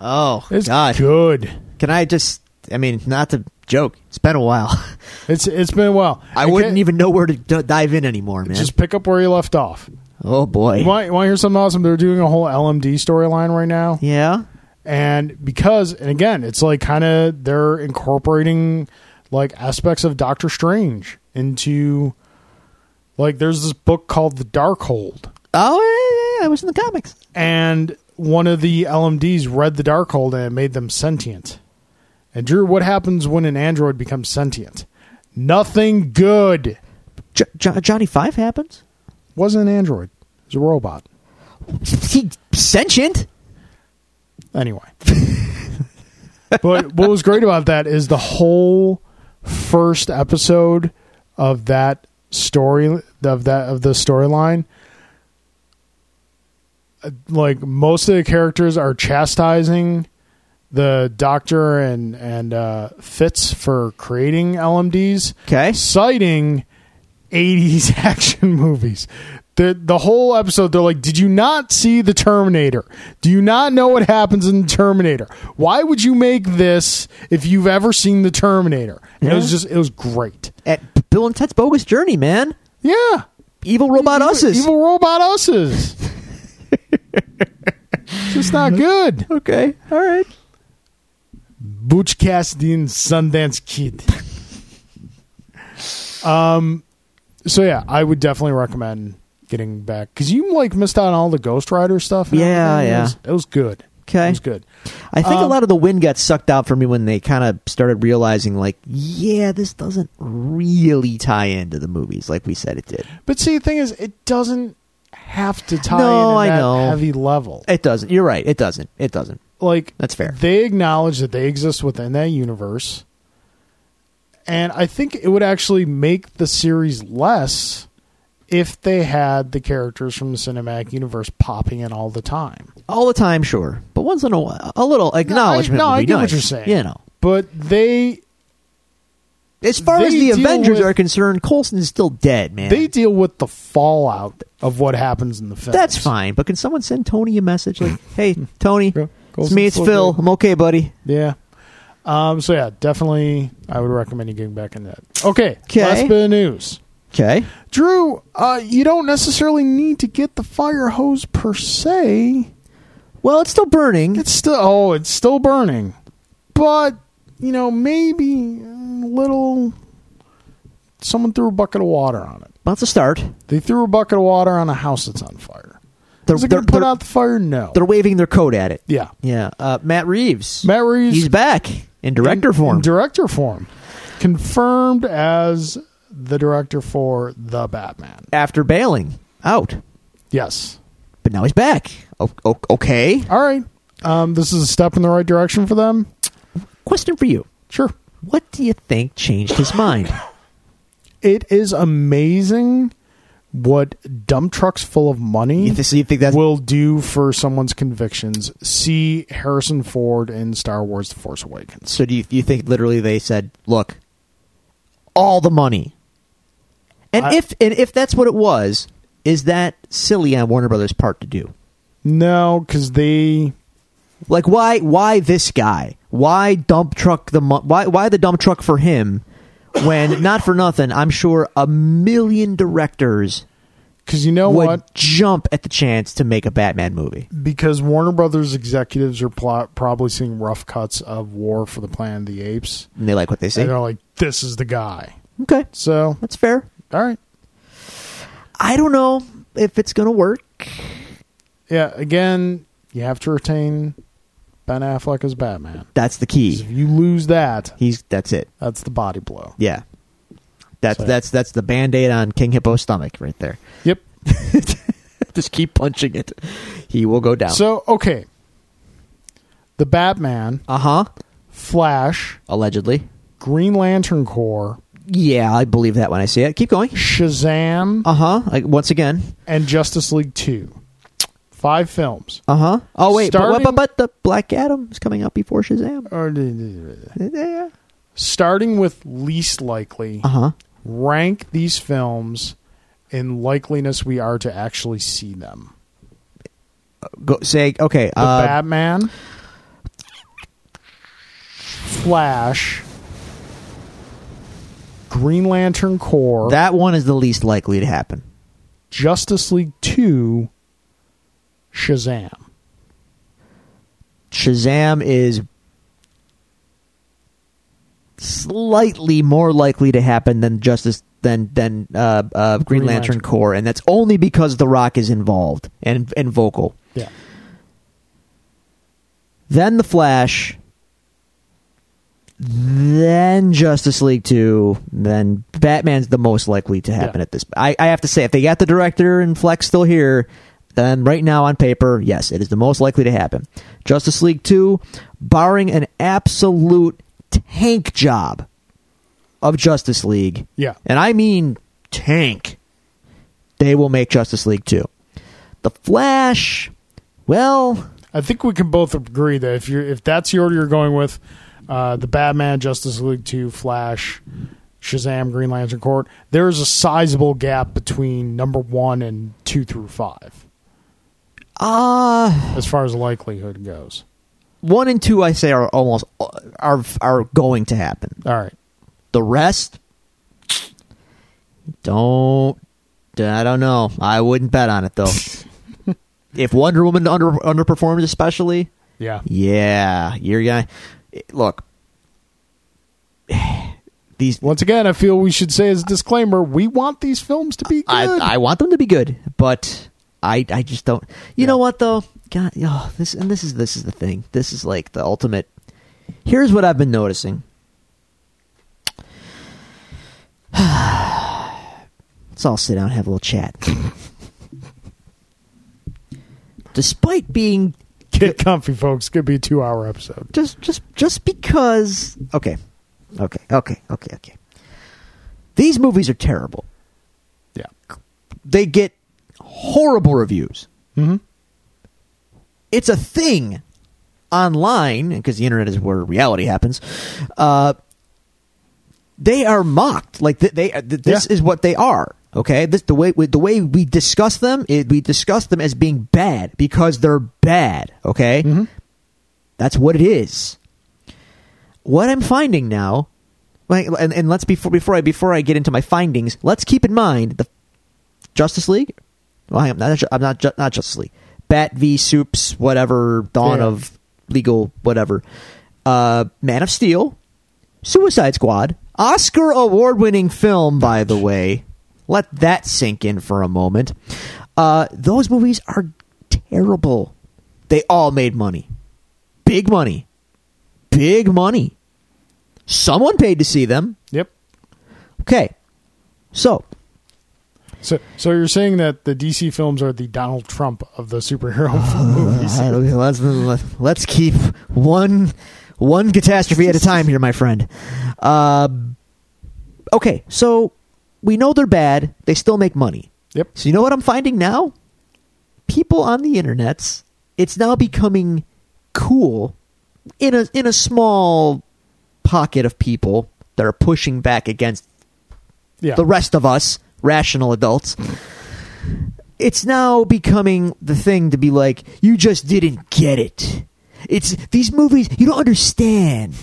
S2: oh
S1: It's
S2: God.
S1: good.
S2: Can I just? I mean, not to joke. It's been a while.
S1: It's it's been a while.
S2: I
S1: Okay,
S2: wouldn't even know where to d- dive in anymore, man.
S1: just pick up where you left off.
S2: oh boy.
S1: You want, you want to hear something awesome? They're doing a whole LMD storyline right now.
S2: Yeah.
S1: and because and again it's like kind of they're incorporating like aspects of doctor strange into like there's this book called The Darkhold,
S2: Oh, yeah, yeah, yeah, I was in the comics.
S1: and one of the LMDs read The Darkhold and it made them sentient. And Drew, what happens when an android becomes sentient? Nothing good.
S2: Jo- Jo- Johnny Five happens.
S1: Wasn't an android. It was a robot.
S2: He sentient.
S1: Anyway. but what was great about that is the whole first episode of that story of that of the storyline uh, like most of the characters are chastising the doctor and and uh Fitz for creating LMDs
S2: Okay.
S1: citing 80s action movies. The the whole episode they're like, "Did you not see the Terminator? Do you not know what happens in the Terminator? Why would you make this if you've ever seen the Terminator?" And It was
S2: Yeah.
S1: just it was great.
S2: At Bill and Ted's Bogus Journey, man.
S1: Yeah.
S2: Evil robot usses.
S1: Evil robot usses. just not good.
S2: Okay. All right.
S1: Butch Cassidy and Sundance Kid. um. So yeah, I would definitely recommend getting back because you like missed out on all the Ghost Rider stuff. and
S2: Yeah,
S1: everything. It
S2: yeah.
S1: was, it was good.
S2: Okay.
S1: it was good.
S2: I think a
S1: Um,
S2: lot of the wind got sucked out for me when they kind of started realizing, like, yeah, this doesn't really tie into the movies like we said it did.
S1: But see, the thing is, it doesn't have to tie
S2: No,
S1: into
S2: I
S1: that
S2: know.
S1: heavy level.
S2: It doesn't. You're right. It doesn't. It doesn't.
S1: Like
S2: That's fair.
S1: they acknowledge that they exist within that universe, and I think it would actually make the series less if they had the characters from the cinematic universe popping in all the time.
S2: All the time, sure, but once in a while, a little acknowledgement.
S1: No, I, no,
S2: would
S1: I
S2: be
S1: get
S2: nice,
S1: what you're saying.
S2: You know,
S1: but they
S2: as far
S1: They
S2: as the
S1: deal
S2: Avengers
S1: with-
S2: are concerned, Coulson is still dead, man.
S1: they deal with the fallout of what happens in the film.
S2: That's fine, but can someone send Tony a message like, "Hey, Tony,
S1: Yeah,
S2: it's me, it's
S1: Coulson's still
S2: Phil.
S1: dead."
S2: I'm okay, buddy."
S1: Yeah. Um. So yeah, definitely, I would recommend you getting back in that. Okay.
S2: 'Kay.
S1: Last bit of news,
S2: Okay,
S1: Drew. Uh, you don't necessarily need to get the fire hose per se.
S2: well, it's still burning.
S1: It's still oh, it's still burning, but you know maybe a little. Someone threw a bucket of water on it.
S2: Well, it's a start.
S1: They threw a bucket of water on a house that's on fire.
S2: They're,
S1: Is it
S2: they're-
S1: going to put
S2: they're-
S1: out the fire? No.
S2: they're waving their coat at it.
S1: Yeah.
S2: Yeah, uh, Matt Reeves.
S1: Matt Reeves
S2: he's back in director
S1: in-
S2: form.
S1: in director form. Confirmed as the director for The Batman.
S2: after bailing out,
S1: Yes.
S2: but now he's back. O- o- okay.
S1: All right. Um, this is a step in the right direction for them.
S2: Question for you:
S1: Sure.
S2: What do you think changed his mind?
S1: It is amazing what dump trucks full of money
S2: You, th- so you think that's
S1: will do for someone's convictions. See Harrison Ford in Star Wars The Force Awakens.
S2: so? Do you, you think literally they said, "Look, all the money," and
S1: I-
S2: if and if that's what it was, is that silly on Warner Brothers' part to do?
S1: No, because they.
S2: Like, why why this guy? Why dump truck the mo- why why the dump truck for him? When not for nothing, I'm sure a million directors
S1: Because you know
S2: would
S1: what?
S2: jump at the chance to make a Batman movie.
S1: because Warner Brothers executives are pl- probably seeing rough cuts of War for the Planet of the Apes,
S2: And they like what they see.
S1: and they're like, "This is the guy."
S2: Okay,
S1: So,
S2: that's fair.
S1: all right,
S2: I don't know if it's gonna work.
S1: yeah. Again, you have to retain Ben Affleck as Batman.
S2: That's the
S1: 'Cause
S2: key.
S1: If you lose that,
S2: He's that's it.
S1: that's the body blow.
S2: Yeah. That's
S1: So-
S2: that's that's the band-aid on King Hippo's stomach right there.
S1: Yep.
S2: Just keep punching it. He will go down.
S1: So, okay, the Batman,
S2: uh-huh.
S1: Flash,
S2: Allegedly.
S1: Green Lantern Corps,
S2: Yeah, I believe that when I see it. Keep going.
S1: Shazam,
S2: Uh-huh. Like once again.
S1: and Justice League Two. Five films.
S2: Uh-huh. Oh wait,
S1: Starting-
S2: but, but, but the Black Adam is coming out before Shazam.
S1: Or-
S2: Yeah.
S1: Starting with least likely.
S2: Uh-huh.
S1: rank these films in likeliness we are to actually see them.
S2: Go say okay,
S1: The
S2: uh
S1: Batman, Flash, Green Lantern Corps,
S2: that one is the least likely to happen.
S1: Justice League 2, Shazam.
S2: Shazam is slightly more likely to happen than Justice than than uh, uh, Green,
S1: Green
S2: Lantern,
S1: Lantern.
S2: Corps, and that's only because The Rock is involved and and vocal.
S1: Yeah.
S2: Then The Flash, then Justice League Two, then Batman's the most likely to happen
S1: Yeah.
S2: at this. I, I have to say, if they got the director and Flex still here, then right now on paper, yes, it is the most likely to happen. Justice League Two, barring an absolute tank job of Justice League,
S1: Yeah.
S2: and I mean tank, they will make Justice League Two. The Flash, well,
S1: I think we can both agree that if you're if that's the order you're going with, uh, the Batman, Justice League Two, Flash, Shazam, Green Lantern Court, there is a sizable gap between number one and two through five
S2: ah.
S1: as far as likelihood goes.
S2: one and two I say are almost are are going to happen.
S1: All right.
S2: The rest don't I don't know. I wouldn't bet on it though. if Wonder Woman under underperforms especially,
S1: Yeah.
S2: yeah, you're gonna look. These
S1: Once again, I feel we should say as a disclaimer, we want these films to be good.
S2: I, I want them to be good, but I I just don't. You know what though? God, oh, this and this is this is the thing. This is like the ultimate. Here's what I've been noticing. Let's all sit down and have a little chat. Despite being
S1: Get comfy, folks. Could be a two hour episode.
S2: just just just because okay. Okay, okay, okay, okay. These movies are terrible.
S1: Yeah.
S2: they get horrible reviews.
S1: Mhm.
S2: It's a thing online because the internet is where reality happens. Uh, they are mocked. Like th- they, th- this
S1: Yeah.
S2: is what they are. Okay, this the way with the way we discuss them. It, we discuss them as being bad because they're bad. Okay, that's what it is. What I'm finding now, like, and, and let's before before I before I get into my findings, let's keep in mind the Justice League. Well, I'm not. I'm not. ju- Not Justice League. Bat v. Soups. Whatever. Dawn
S1: Yeah.
S2: of legal. Whatever. Uh, Man of Steel. Suicide Squad. Oscar award winning film, by the way. Let that sink in for a moment. Uh, those movies are terrible. They all made money. Big money. Big money. Someone paid to see them.
S1: Yep.
S2: Okay. So,
S1: So, so you're saying that the DC films are the Donald Trump of the superhero movies?
S2: Uh, let's let's keep one one catastrophe at a time here, my friend. Uh, okay, so we know they're bad. They still make money.
S1: Yep.
S2: So you know what I'm finding now? People on the internets, it's now becoming cool in a in a small pocket of people that are pushing back against
S1: Yeah.
S2: the rest of us, rational adults, it's now becoming the thing to be like, you just didn't get it. It's these movies, you don't understand.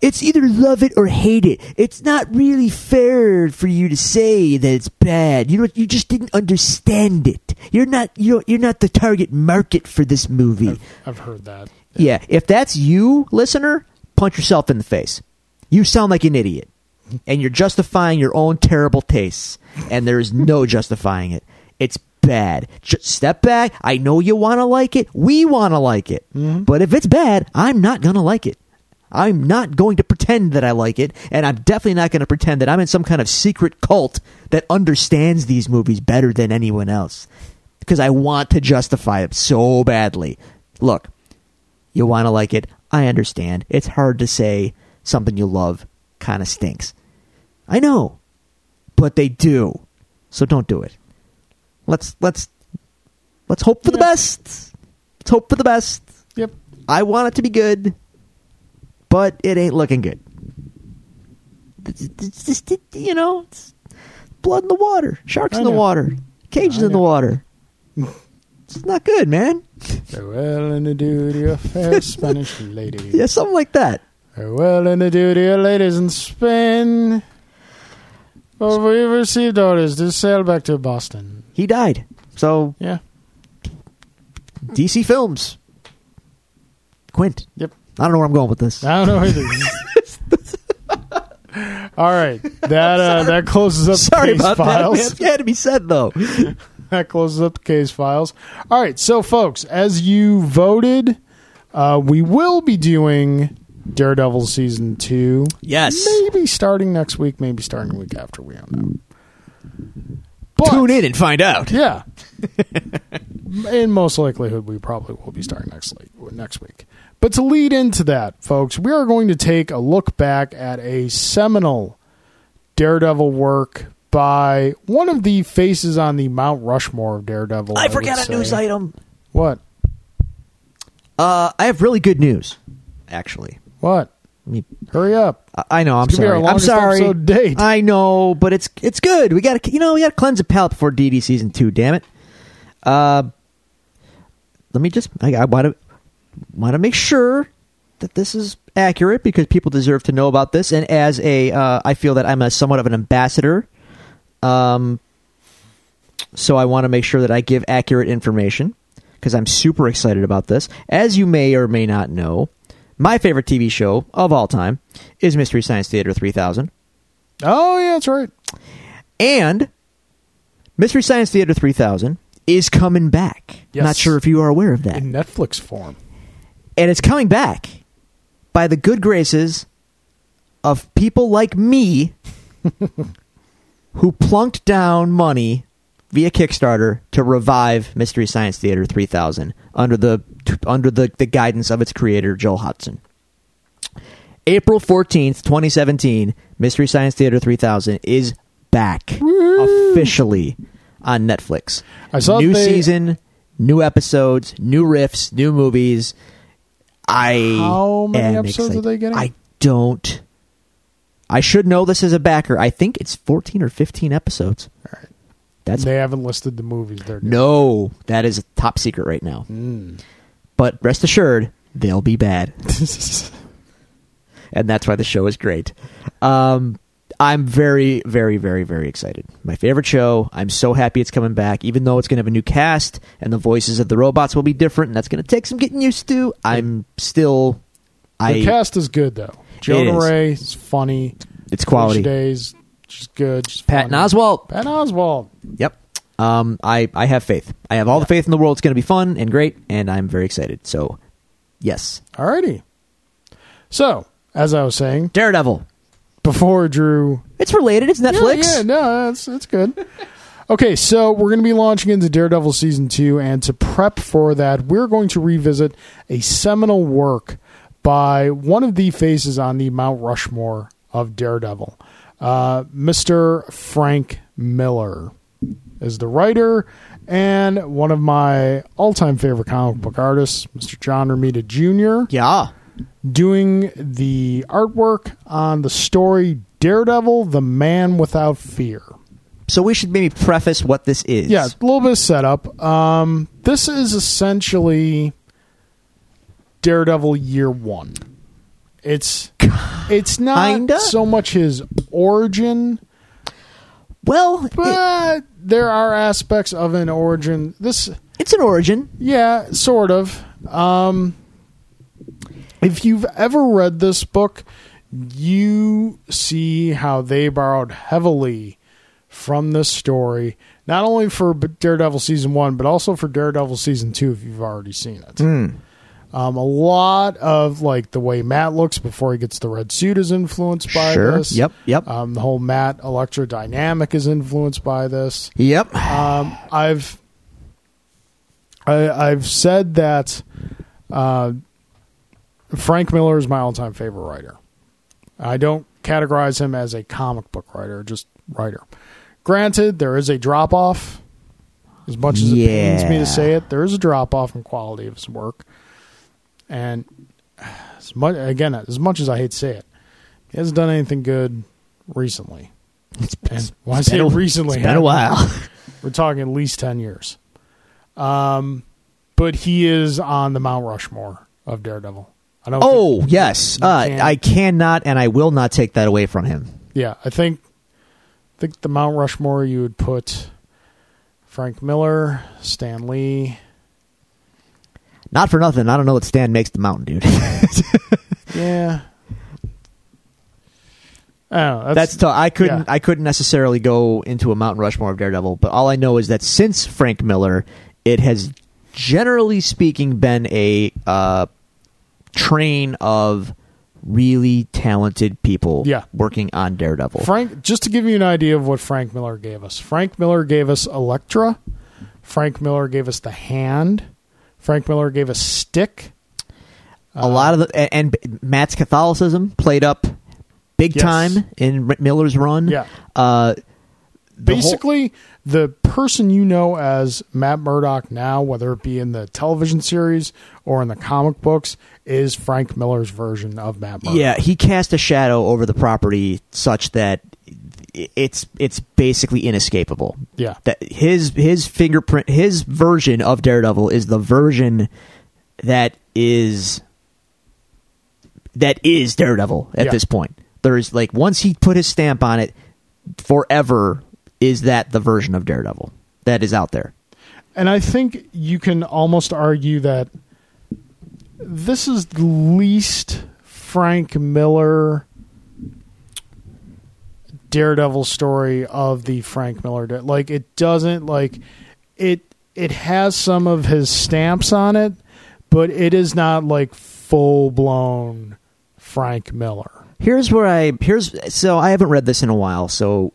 S2: It's either love it or hate it. It's not really fair for you to say that it's bad. You know, what? you just didn't understand it. You're not you don't- you're not the target market for this movie.
S1: I've heard that.
S2: Yeah, if that's you, listener, punch yourself in the face. You sound like an idiot, and you're justifying your own terrible tastes, and there is no justifying it. It's bad. Just step back. I know you want to like it. We want to like it. But if it's bad, I'm not going to like it. I'm not going to pretend that I like it, and I'm definitely not going to pretend that I'm in some kind of secret cult that understands these movies better than anyone else. Because I want to justify it so badly. Look, you want to like it. I understand. It's hard to say something you love kind of stinks. I know, but they do. So don't do it. Let's let's let's hope for the
S1: Yeah.
S2: best. Let's hope for the best.
S1: Yep.
S2: I want it to be good, but it ain't looking good. It's, it's just it- you know, it's blood in the water, sharks
S1: I
S2: in the
S1: know.
S2: water, cages
S1: I
S2: in the
S1: know.
S2: water. it's not good, man.
S1: Farewell and adieu to your fair Spanish lady.
S2: Yeah, something like that.
S1: Farewell and adieu to your ladies in Spain. For we received orders to sail back to Boston.
S2: He died. So
S1: Yeah.
S2: DC Films. Quint.
S1: Yep.
S2: I don't know where I'm going with this.
S1: I don't know either. All right, that uh, that closes up
S2: Sorry
S1: the case
S2: about
S1: files.
S2: that. man. It had to be said though.
S1: that closes up the case files. All right, so folks, as you voted, uh, we will be doing Daredevil season two.
S2: Yes.
S1: maybe starting next week, maybe starting the week after. We don't know. But-
S2: Tune in and find out.
S1: Yeah, in most likelihood, we probably will be starting next week. Next week. But to lead into that, folks, we are going to take a look back at a seminal Daredevil work by one of the faces on the Mount Rushmore of Daredevil.
S2: I
S1: would
S2: forgot a
S1: say.
S2: news item.
S1: What?
S2: Uh, I have really good news, actually.
S1: What?
S2: Let me-
S1: Hurry up.
S2: I- I know. I'm
S1: It's gonna be our
S2: sorry. I'm
S1: longest
S2: sorry.
S1: episode to date.
S2: I know, but it's it's good. We got to you know we got to cleanse the palate before DD season two. Damn it. Uh, let me just. I, I want to want to make sure that this is accurate because people deserve to know about this. And as a, uh, I feel that I'm a somewhat of an ambassador. Um, so I want to make sure that I give accurate information because I'm super excited about this. As you may or may not know, my favorite TV show of all time is Mystery Science Theater 3000.
S1: Oh yeah, that's right.
S2: And Mystery Science Theater 3000 is coming back.
S1: Yes.
S2: Not sure if you are aware of that.
S1: In Netflix form.
S2: And it's coming back by the good graces of people like me who plunked down money via Kickstarter to revive Mystery Science Theater 3000 under the under the, the guidance of its creator Joel Hudson. April 14th, 2017, Mystery Science Theater 3000 is back officially on Netflix.
S1: I saw
S2: new
S1: they-
S2: season, new episodes, new riffs, new movies. I
S1: How many
S2: am
S1: episodes
S2: excited.
S1: are they getting?
S2: I don't. I should know this as a backer. I think it's 14 or 15 episodes. All right. That's
S1: They haven't listed the movies they're doing.
S2: no, that is top secret right now.
S1: Hmm.
S2: But rest assured, they'll be bad. and that's why the show is great. Um, I'm very, very, very, very excited. My favorite show. I'm so happy it's coming back, even though it's going to have a new cast and the voices of the robots will be different, and that's going to take some getting used to. I'm still,
S1: The
S2: I
S1: cast is good though. Jonah
S2: is.
S1: Ray is funny.
S2: it's quality.
S1: Days, she's good. She's
S2: Patton
S1: funny.
S2: Oswalt.
S1: Patton Oswald.
S2: Yep. Um, I, I have faith. I have all the faith in the world. It's going to be fun and great, and I'm very excited. So, yes,
S1: Alrighty. So, as I was saying
S2: Daredevil.
S1: before, Drew.
S2: It's related. It's Netflix.
S1: Yeah, yeah no, that's that's good. okay, so we're going to be launching into Daredevil season two, and to prep for that, we're going to revisit a seminal work by one of the faces on the Mount Rushmore of Daredevil, uh, Mr. Frank Miller is the writer and one of my all-time favorite comic book artists, Mr. John Romita Jr
S2: Yeah.
S1: doing the artwork on the story Daredevil, the Man Without Fear.
S2: So we should maybe preface what this is.
S1: Yeah, a little bit of setup. Um, this is essentially Daredevil Year One. It's it's not
S2: Kinda?
S1: so much his origin,
S2: Well, it-
S1: but there are aspects of an origin. This
S2: it's an origin.
S1: Yeah, sort of. Um, if you've ever read this book, you see how they borrowed heavily from this story, not only for B- Daredevil season one, but also for Daredevil season two, if you've already seen it.
S2: Hmm.
S1: Um, a lot of like the way Matt looks before he gets the red suit is influenced by
S2: Sure.
S1: this.
S2: Yep, yep.
S1: Um, the whole Matt electrodynamic is influenced by this.
S2: Yep.
S1: Um, I've I, I've said that uh, Frank Miller is my all-time favorite writer. I don't categorize him as a comic book writer, just writer. Granted, there is a drop off. As much as it pains me
S2: Yeah.
S1: to say it, there is a drop off in quality of his work. And as much again, as much as I hate to say it, he hasn't done anything good recently.
S2: It's,
S1: And why I say
S2: been a-
S1: recently?
S2: it's been a while.
S1: We're talking at least 10 years. Um, but he is on the Mount Rushmore of Daredevil. I don't
S2: Oh
S1: think-
S2: yes, uh,
S1: can't-
S2: I cannot and I will not take that away from him.
S1: yeah, I think I think the Mount Rushmore you would put Frank Miller, Stan Lee.
S2: Not for nothing. I don't know what Stan makes the mountain, dude.
S1: Yeah. I don't know,
S2: That's
S1: that's,
S2: tough. I couldn't.
S1: yeah.
S2: I couldn't necessarily go into a Mountain Rushmore of Daredevil, but all I know is that since Frank Miller, it has generally speaking been a uh, train of really talented people
S1: Yeah.
S2: working on Daredevil.
S1: Frank. Just to give you an idea of what Frank Miller gave us, Frank Miller gave us Elektra. Frank Miller gave us the hand. Frank Miller gave us Stick.
S2: a lot of the and, and Matt's Catholicism played up big
S1: Yes.
S2: time in R- Miller's run.
S1: Yeah.
S2: Uh, the whole-
S1: basically the person you know as Matt Murdock now, whether it be in the television series or in the comic books, is Frank Miller's version of Matt Murdock.
S2: Yeah, he cast a shadow over the property such that i- it's it's basically inescapable.
S1: Yeah.
S2: That his his fingerprint his version of Daredevil is the version that is that is Daredevil at
S1: Yeah.
S2: this point. There is like once he put his stamp on it, forever is that the version of Daredevil that is out there.
S1: And I think you can almost argue that this is the least Frank Miller Daredevil story of the Frank Miller. Da- Like it doesn't like it it has some of his stamps on it, but it is not like full-blown Frank Miller.
S2: Here's where I here's so I haven't read this in a while, so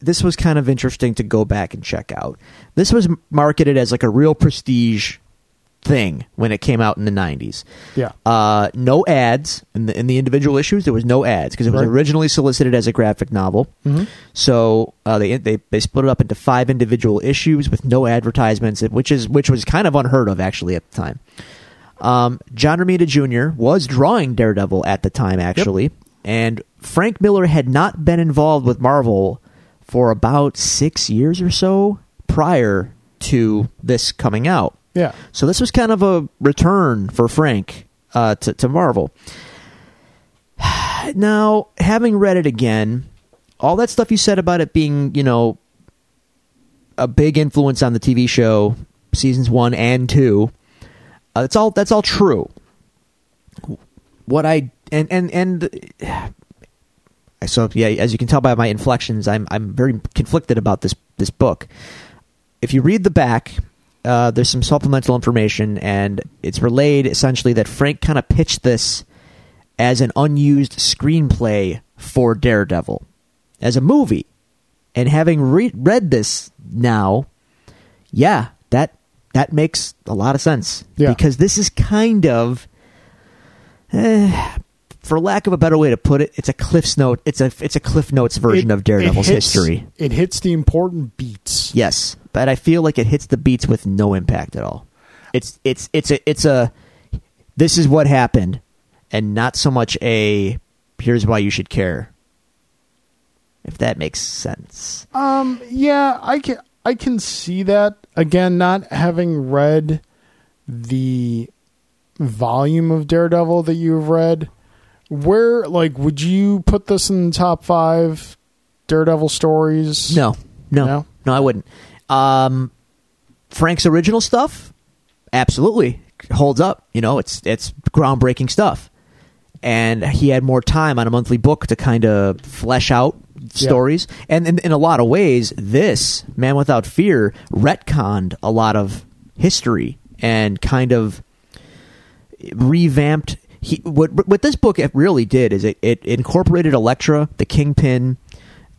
S2: this was kind of interesting to go back and check out. This was marketed as like a real prestige thing when it came out in the 90s.
S1: Yeah.
S2: Uh, no ads in the in the individual issues. There was no ads because it was
S1: Right.
S2: originally solicited as a graphic novel.
S1: Mhm.
S2: So uh, they, they they split it up into five individual issues with no advertisements, which is which was kind of unheard of actually at the time. Um, John Romita Jr. was drawing Daredevil at the time actually, and Frank Miller had not been involved with Marvel for about six years or so prior to this coming out.
S1: Yeah.
S2: So this was kind of a return for Frank uh, to, to Marvel. Now, having read it again, all that stuff you said about it being, you know, a big influence on the TV show seasons one and two, uh, that's all. That's all true. What I and and and so yeah, as you can tell by my inflections, I'm I'm very conflicted about this this book if you read the back, uh, there's some supplemental information, and it's relayed essentially that Frank kind of pitched this as an unused screenplay for Daredevil as a movie. And having re- read this now, yeah, that that makes a lot of sense
S1: Yeah.
S2: because this is kind of, eh, for lack of a better way to put it, it's a Cliff's note. It's a it's a Cliff Notes version
S1: It-
S2: of Daredevil's
S1: it hits-
S2: history.
S1: It hits the important beats.
S2: Yes, but I feel like it hits the beats with no impact at all. It's it's it's a it's a this is what happened, and not so much a here's why you should care. If that makes sense,
S1: Um, yeah, I can I can see that. Again, not having read the volume of Daredevil that you've read, where like would you put this in the top five Daredevil stories?
S2: no, no,
S1: No?
S2: no, I wouldn't. Um, Frank's original stuff absolutely holds up. You know, it's it's groundbreaking stuff, and he had more time on a monthly book to kind of flesh out stories. And in, in a lot of ways, this Man Without Fear retconned a lot of history and kind of revamped. He, what what this book really did is it, it incorporated Elektra, the Kingpin,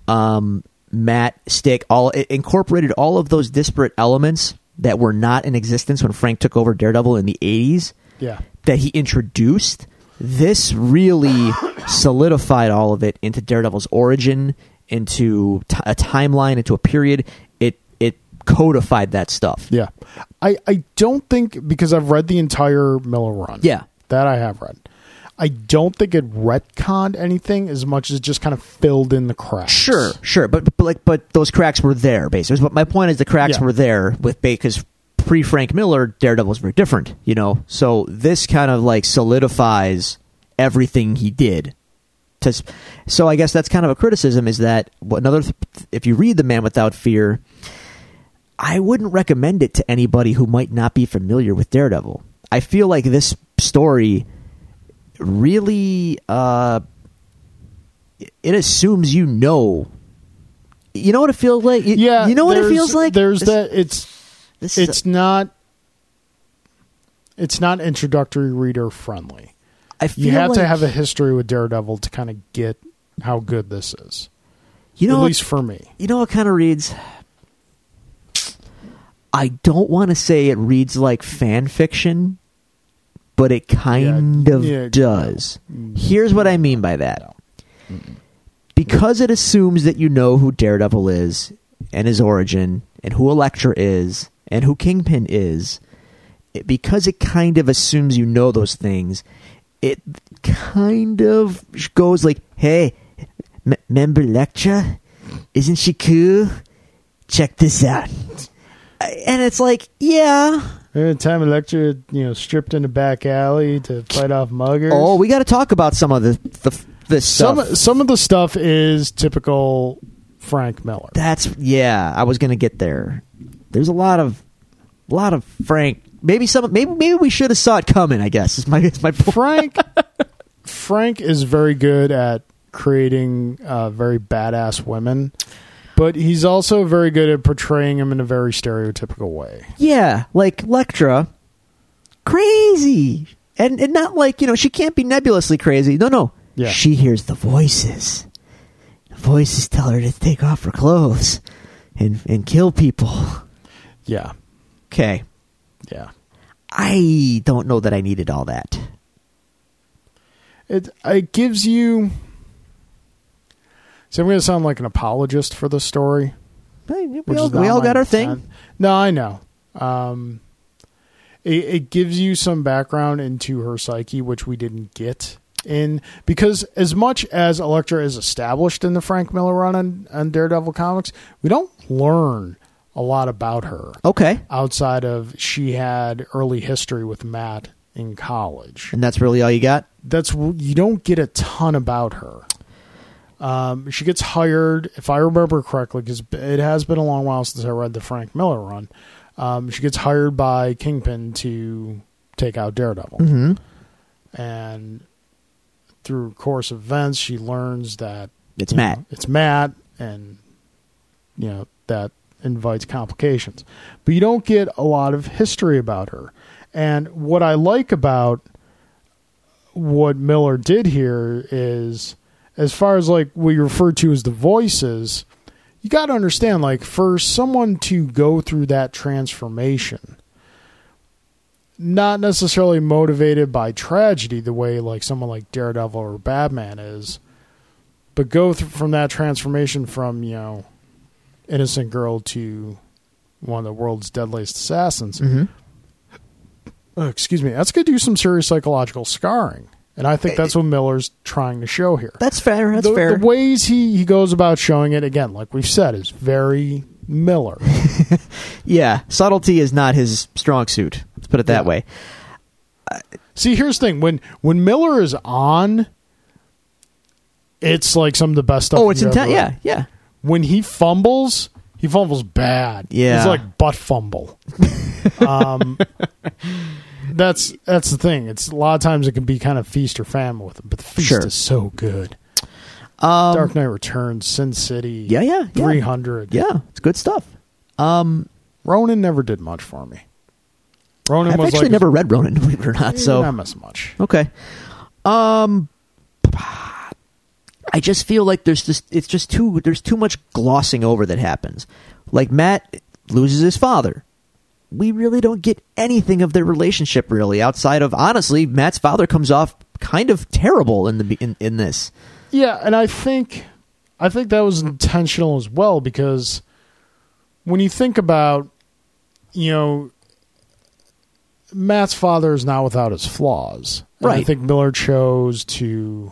S2: um, Matt Stick, all it incorporated all of those disparate elements that were not in existence when Frank took over Daredevil in the eighties
S1: Yeah.
S2: that he introduced. This really solidified all of it into Daredevil's origin, into t- a timeline, into a period. It it codified that stuff.
S1: Yeah. I, I don't think because I've read the entire Miller run.
S2: Yeah.
S1: That I have read. I don't think it retconned anything as much as it just kind of filled in the cracks.
S2: Sure, sure, but, but like, but those cracks were there, basically. But my point is, the cracks
S1: Yeah.
S2: were there with because pre Frank Miller, Daredevil was very different, you know. So this kind of like solidifies everything he did. To, s- so I guess that's kind of a criticism is that what- another. th- If you read The Man Without Fear, I wouldn't recommend it to anybody who might not be familiar with Daredevil. I feel like this story really. Uh, it assumes you know. You know what it feels like. You,
S1: yeah,
S2: you know what it
S1: there's-
S2: feels like.
S1: There's
S2: This-
S1: that. It's
S2: This is a-
S1: it's not. It's not introductory reader friendly.
S2: I feel
S1: You have
S2: like,
S1: to have a history with Daredevil to kind of get how good this is.
S2: You know,
S1: At
S2: what-
S1: least for me.
S2: you know what kind of reads. I don't want to say it reads like fan fiction, but it kind of
S1: yeah,
S2: does. Here's what I mean by that. Because it assumes that you know who Daredevil is and his origin and who Elektra is and who Kingpin is, it, because it kind of assumes you know those things, it kind of goes like, hey, m- remember Elektra? Isn't she cool? Check this out. And it's like, yeah.
S1: Every time Electra, you know, stripped in a back alley to fight off muggers.
S2: Oh, we got to talk about some of the the, the stuff.
S1: some some of the stuff is typical Frank Miller.
S2: That's yeah. I was gonna get there. There's a lot of, lot of Frank. Maybe some. Maybe maybe we should have saw it coming. I guess is my is my point.
S1: Frank Frank is very good at creating uh, very badass women, but he's also very good at portraying them in a very stereotypical way.
S2: Yeah, like Lectra, crazy, and and not like you know she can't be nebulously crazy. No, no.
S1: Yeah.
S2: She hears the voices. The voices tell her to take off her clothes, and and kill people.
S1: Yeah,
S2: Okay,
S1: yeah.
S2: I don't know that I needed all that.
S1: It it gives you. So I'm going to sound like an apologist for the story.
S2: Hey, We
S1: which
S2: all,
S1: is not
S2: we all
S1: my
S2: got our thing.
S1: intent. No, I know. Um, it, it gives you some background into her psyche, which we didn't get in because as much as Elektra is established in the Frank Miller run on, on Daredevil comics, we don't learn a lot about her
S2: Okay.
S1: outside of she had early history with Matt in college.
S2: And that's really all you got?
S1: That's you don't get a ton about her. Um, she gets hired, if I remember correctly, because it has been a long while since I read the Frank Miller run. Um, she gets hired by Kingpin to take out Daredevil,
S2: Mm-hmm.
S1: and through course of events, she learns that
S2: It's
S1: you
S2: Matt.
S1: know, it's Matt, and you know that invites complications. But you don't get a lot of history about her. And what I like about what Miller did here is, as far as like what you refer to as the voices, you got to understand like for someone to go through that transformation not necessarily motivated by tragedy the way like someone like Daredevil or Batman is but go th- from that transformation from you know innocent girl to one of the world's deadliest assassins
S2: Mm-hmm.
S1: Oh, excuse me that's going to do some serious psychological scarring and i think that's what miller's trying to show here
S2: That's fair. That's
S1: the,
S2: fair.
S1: the ways he, he goes about showing it again like we've said is very miller
S2: yeah. Subtlety is not his strong suit. Let's put it that
S1: Yeah.
S2: way.
S1: see here's the thing when when miller is on it's like some of the best stuff
S2: Oh, it's
S1: you've ever
S2: intent.
S1: read.
S2: Yeah. Yeah.
S1: when he fumbles, he fumbles bad.
S2: Yeah.
S1: it's like butt fumble. um, that's that's the thing. It's a lot of times it can be kind of feast or famine with him, but the feast
S2: Sure.
S1: is so good.
S2: Um,
S1: Dark Knight Returns, Sin City,
S2: Yeah, yeah, yeah.
S1: three hundred.
S2: yeah. It's good stuff. Um,
S1: Ronan never did much for me. Ronan
S2: I've
S1: was
S2: actually
S1: like Eh,
S2: never read Ronan, believe it or Mm, not. So
S1: not miss much.
S2: Okay. Um I just feel like there's just it's just too there's too much glossing over that happens. Like Matt loses his father. We really don't get anything of their relationship really outside of honestly Matt's father comes off kind of terrible in the in, in this.
S1: Yeah, and I think I think that was intentional as well because when you think about you know Matt's father is not without his flaws. And I
S2: Right.
S1: think Miller chose to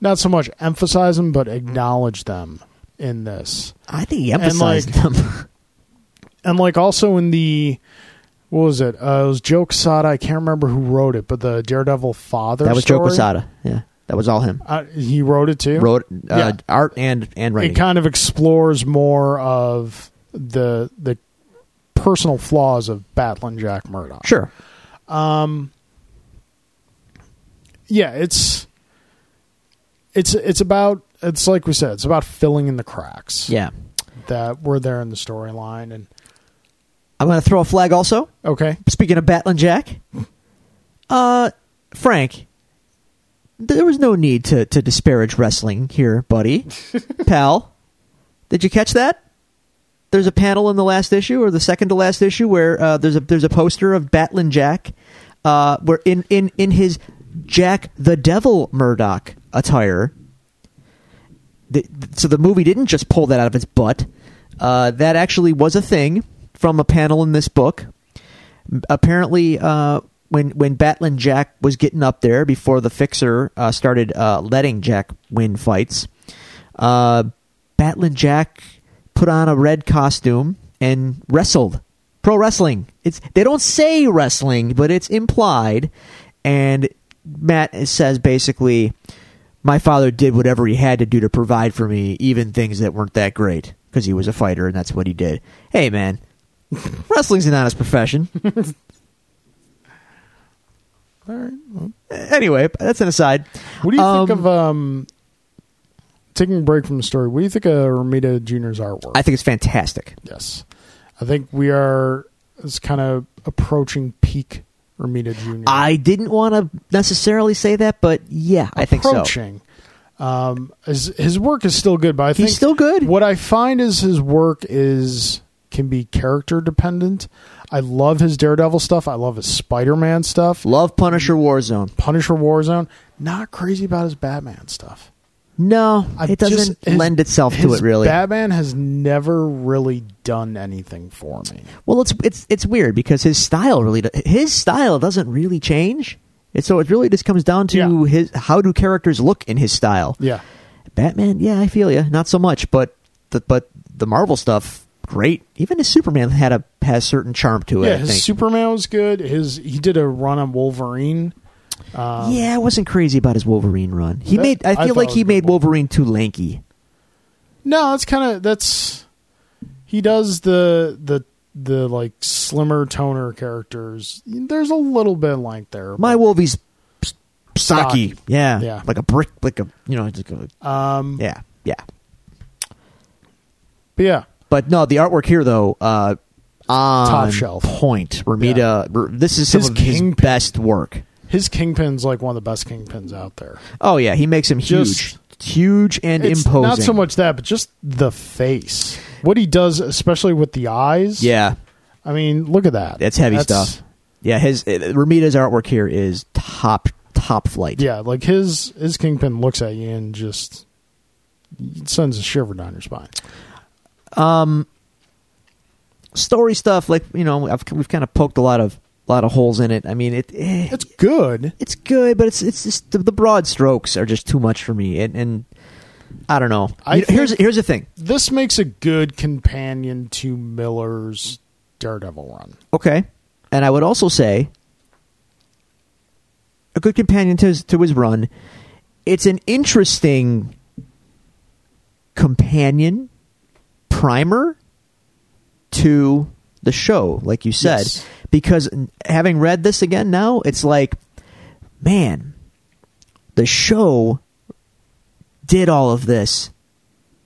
S1: not so much emphasize them but acknowledge them in this.
S2: I think he
S1: And,
S2: emphasized them.
S1: And like also in the what was it? Uh, it was Joe Quesada. I can't remember who wrote it, but the Daredevil father.
S2: that was Joe
S1: story,
S2: Quesada. Yeah. That was all him.
S1: Uh, he wrote it too.
S2: Wrote uh,
S1: Yeah.
S2: art and and writing.
S1: it kind of explores more of the the personal flaws of battling Jack Murdoch.
S2: sure.
S1: Yeah, it's it's it's about it's like we said, it's about filling in the cracks
S2: Yeah.
S1: that were there in the storyline. And
S2: I'm going to throw a flag also.
S1: okay,
S2: Speaking of Batlin Jack, uh, Frank, there was no need to, to disparage wrestling here, buddy. Pal, did you catch that? There's a panel in the last issue or the second to last issue where uh, there's a there's a poster of Batlin Jack, uh, where in, in, in his Jack the Devil Murdoch attire, the, so the movie didn't just pull that out of its butt. Uh, that actually was a thing from a panel in this book. M- Apparently, uh, when when Batlin Jack was getting up there before the Fixer uh, started uh, letting Jack win fights, uh, Batlin Jack put on a red costume and wrestled pro wrestling. It's they don't say wrestling, but it's implied. And Matt says basically, my father did whatever he had to do to provide for me, even things that weren't that great, because he was a fighter and that's what he did. Hey, man, wrestling's an honest profession.
S1: all right. Well,
S2: anyway, that's an aside.
S1: what do you think
S2: Um,
S1: of um? Taking a break from the story, what do you think of Romita Jr.'s artwork?
S2: I think it's fantastic.
S1: yes, I think we are it's kind of approaching peak Romita Jr.
S2: I didn't want to necessarily say that, but yeah, I think so.
S1: approaching. Um, his, his work is still good, but I think
S2: He's still good.
S1: What I find is his work is can be character dependent. I love his Daredevil stuff. I love his Spider Man stuff.
S2: Love Punisher Warzone.
S1: Punisher Warzone. Not crazy about his Batman stuff.
S2: No,
S1: I
S2: it doesn't
S1: just- his-
S2: lend itself to
S1: his
S2: it really.
S1: Batman has never really done anything for me.
S2: Well, it's it's it's weird because his style really do- his style doesn't really change. And so it really just comes down to
S1: Yeah.
S2: his how do characters look in his style.
S1: Yeah,
S2: Batman, yeah, I feel you. Not so much, but the but the Marvel stuff, great. Even his Superman had a has certain charm to it.
S1: yeah.
S2: I
S1: His
S2: think.
S1: Superman was good. His he did a run on Wolverine. Um,
S2: yeah, I wasn't crazy about his Wolverine run. He
S1: That-
S2: made I
S1: I
S2: feel
S1: thought
S2: like
S1: it
S2: he
S1: was
S2: made
S1: good.
S2: Wolverine too lanky.
S1: No, that's kind of that's he does the the the like slimmer toner characters. There's a little bit of length there.
S2: My Wolvie's s-
S1: Stocky.
S2: stocky. Yeah,
S1: Yeah.
S2: like a brick, like a you know, just go,
S1: um,
S2: yeah, yeah.
S1: but yeah,
S2: But no, the artwork here though, uh, on
S1: Top shelf.
S2: point. Ramita, r- this is some
S1: His
S2: of his
S1: kingpin.
S2: best work.
S1: his kingpin's like one of the best kingpins out there.
S2: Oh yeah, he makes him huge,
S1: Just-
S2: huge and
S1: It's
S2: imposing.
S1: not so much that, but just the face. What he does, especially with the eyes.
S2: Yeah,
S1: I mean, look at that.
S2: that's heavy stuff. Yeah, his uh, Ramita's artwork here is top top flight.
S1: Yeah, like his his kingpin looks at you and just it sends a shiver down your spine.
S2: Story stuff like you know I've, we've kind of poked a lot of lot of holes in it. I mean it. eh,
S1: It's good.
S2: it's good, but it's it's just the, the broad strokes are just too much for me, and, and I don't know.
S1: I
S2: You know, here's
S1: think-
S2: here's the thing.
S1: this makes a good companion to Miller's Daredevil run.
S2: Okay. And I would also say a good companion to his, to his run. It's an interesting companion primer to the show, like you said,
S1: Yes.
S2: because having read this again now, it's like, man, the show did all of this,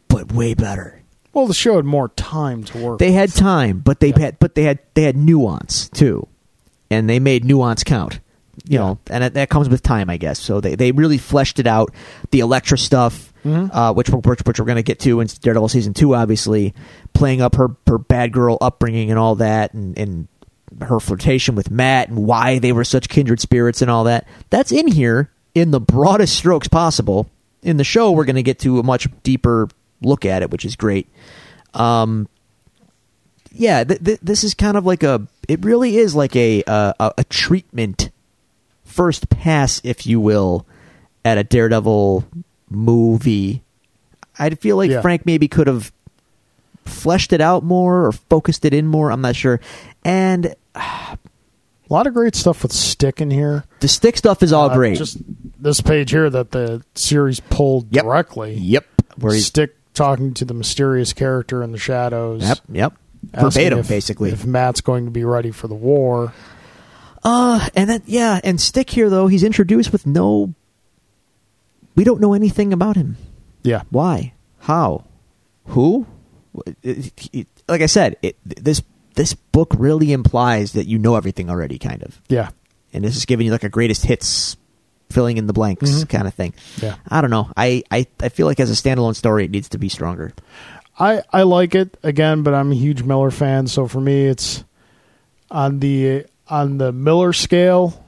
S2: but way better
S1: Well, the show had more time to work.
S2: they had time, but they
S1: Yeah.
S2: had but they had they had nuance too, and they made nuance count. You know, and that- that comes with time, I guess. So they, they really fleshed it out. The Electra stuff, uh, which we're- which, which we're going to get to in Daredevil season two, obviously, playing up her, her bad girl upbringing and all that, and, and her flirtation with Matt and why they were such kindred spirits and all that. That's in here in the broadest strokes possible. In the show, we're going to get to a much deeper look at it, which is great Um, yeah, th- th- this is kind of like a. It really is like a uh, a, a treatment, first pass, if you will, at a Daredevil movie. I feel like
S1: Yeah.
S2: Frank maybe could have fleshed it out more or focused it in more. I'm not sure. And
S1: a lot of great stuff with Stick in here.
S2: the stick stuff is all
S1: Uh,
S2: Oh, great.
S1: Just this page here that the series pulled
S2: Yep.
S1: directly.
S2: yep, where he's
S1: Stick talking to the mysterious character in the shadows.
S2: yep, yep,
S1: asking
S2: verbatim
S1: if-
S2: basically.
S1: If Matt's going to be ready for the war.
S2: Uh, and then yeah, and stick here though he's introduced with no. We don't know anything about him.
S1: Yeah.
S2: Why? How? Who? It- it- it- like I said, it, this this book really implies that you know everything already, kind of,
S1: Yeah.
S2: and this is giving you like a greatest hits, filling in the blanks kind of thing.
S1: Mm-hmm. Yeah.
S2: I don't know. I, I I feel like as a standalone story, it needs to be stronger.
S1: I I like it again, but I'm a huge Miller fan, so for me it's on the on the Miller scale,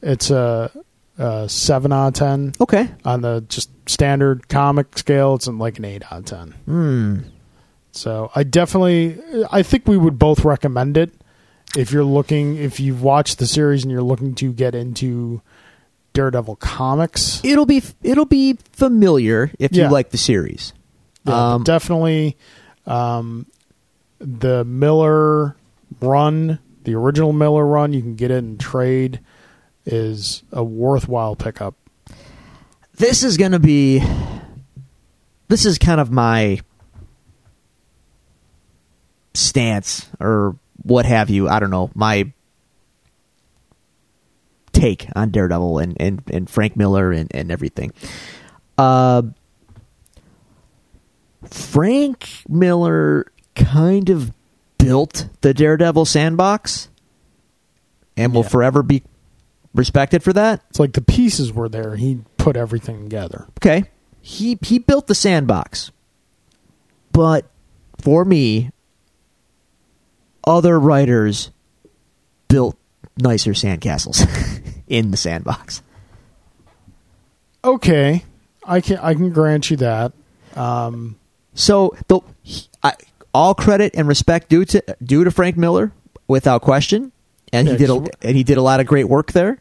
S1: it's a, a seven out of ten.
S2: Okay.
S1: On the just standard comic scale, it's in like an eight out of ten.
S2: Hmm.
S1: So I definitely I think we would both recommend it if you're looking if you've watched the series and you're looking to get into Daredevil comics.
S2: It'll be it'll be familiar if
S1: Yeah.
S2: you like the series.
S1: Yeah,
S2: um,
S1: definitely um, the Miller run, the original Miller run, you can get it in trade is a worthwhile pickup.
S2: this is going to be this is kind of my stance or what have you i don't know my take on daredevil and and, and frank miller and, and everything uh frank miller kind of built the daredevil sandbox and will
S1: Yeah.
S2: forever be respected for that
S1: It's like the pieces were there. He put everything together.
S2: Okay. He he built the sandbox. But for me, other writers built nicer sandcastles in the sandbox.
S1: Okay, I can I can grant you that. Um,
S2: So the he- I, all credit and respect due to due to Frank Miller, without question, and
S1: Yeah,
S2: he did a,
S1: just-
S2: and he did a lot of great work there.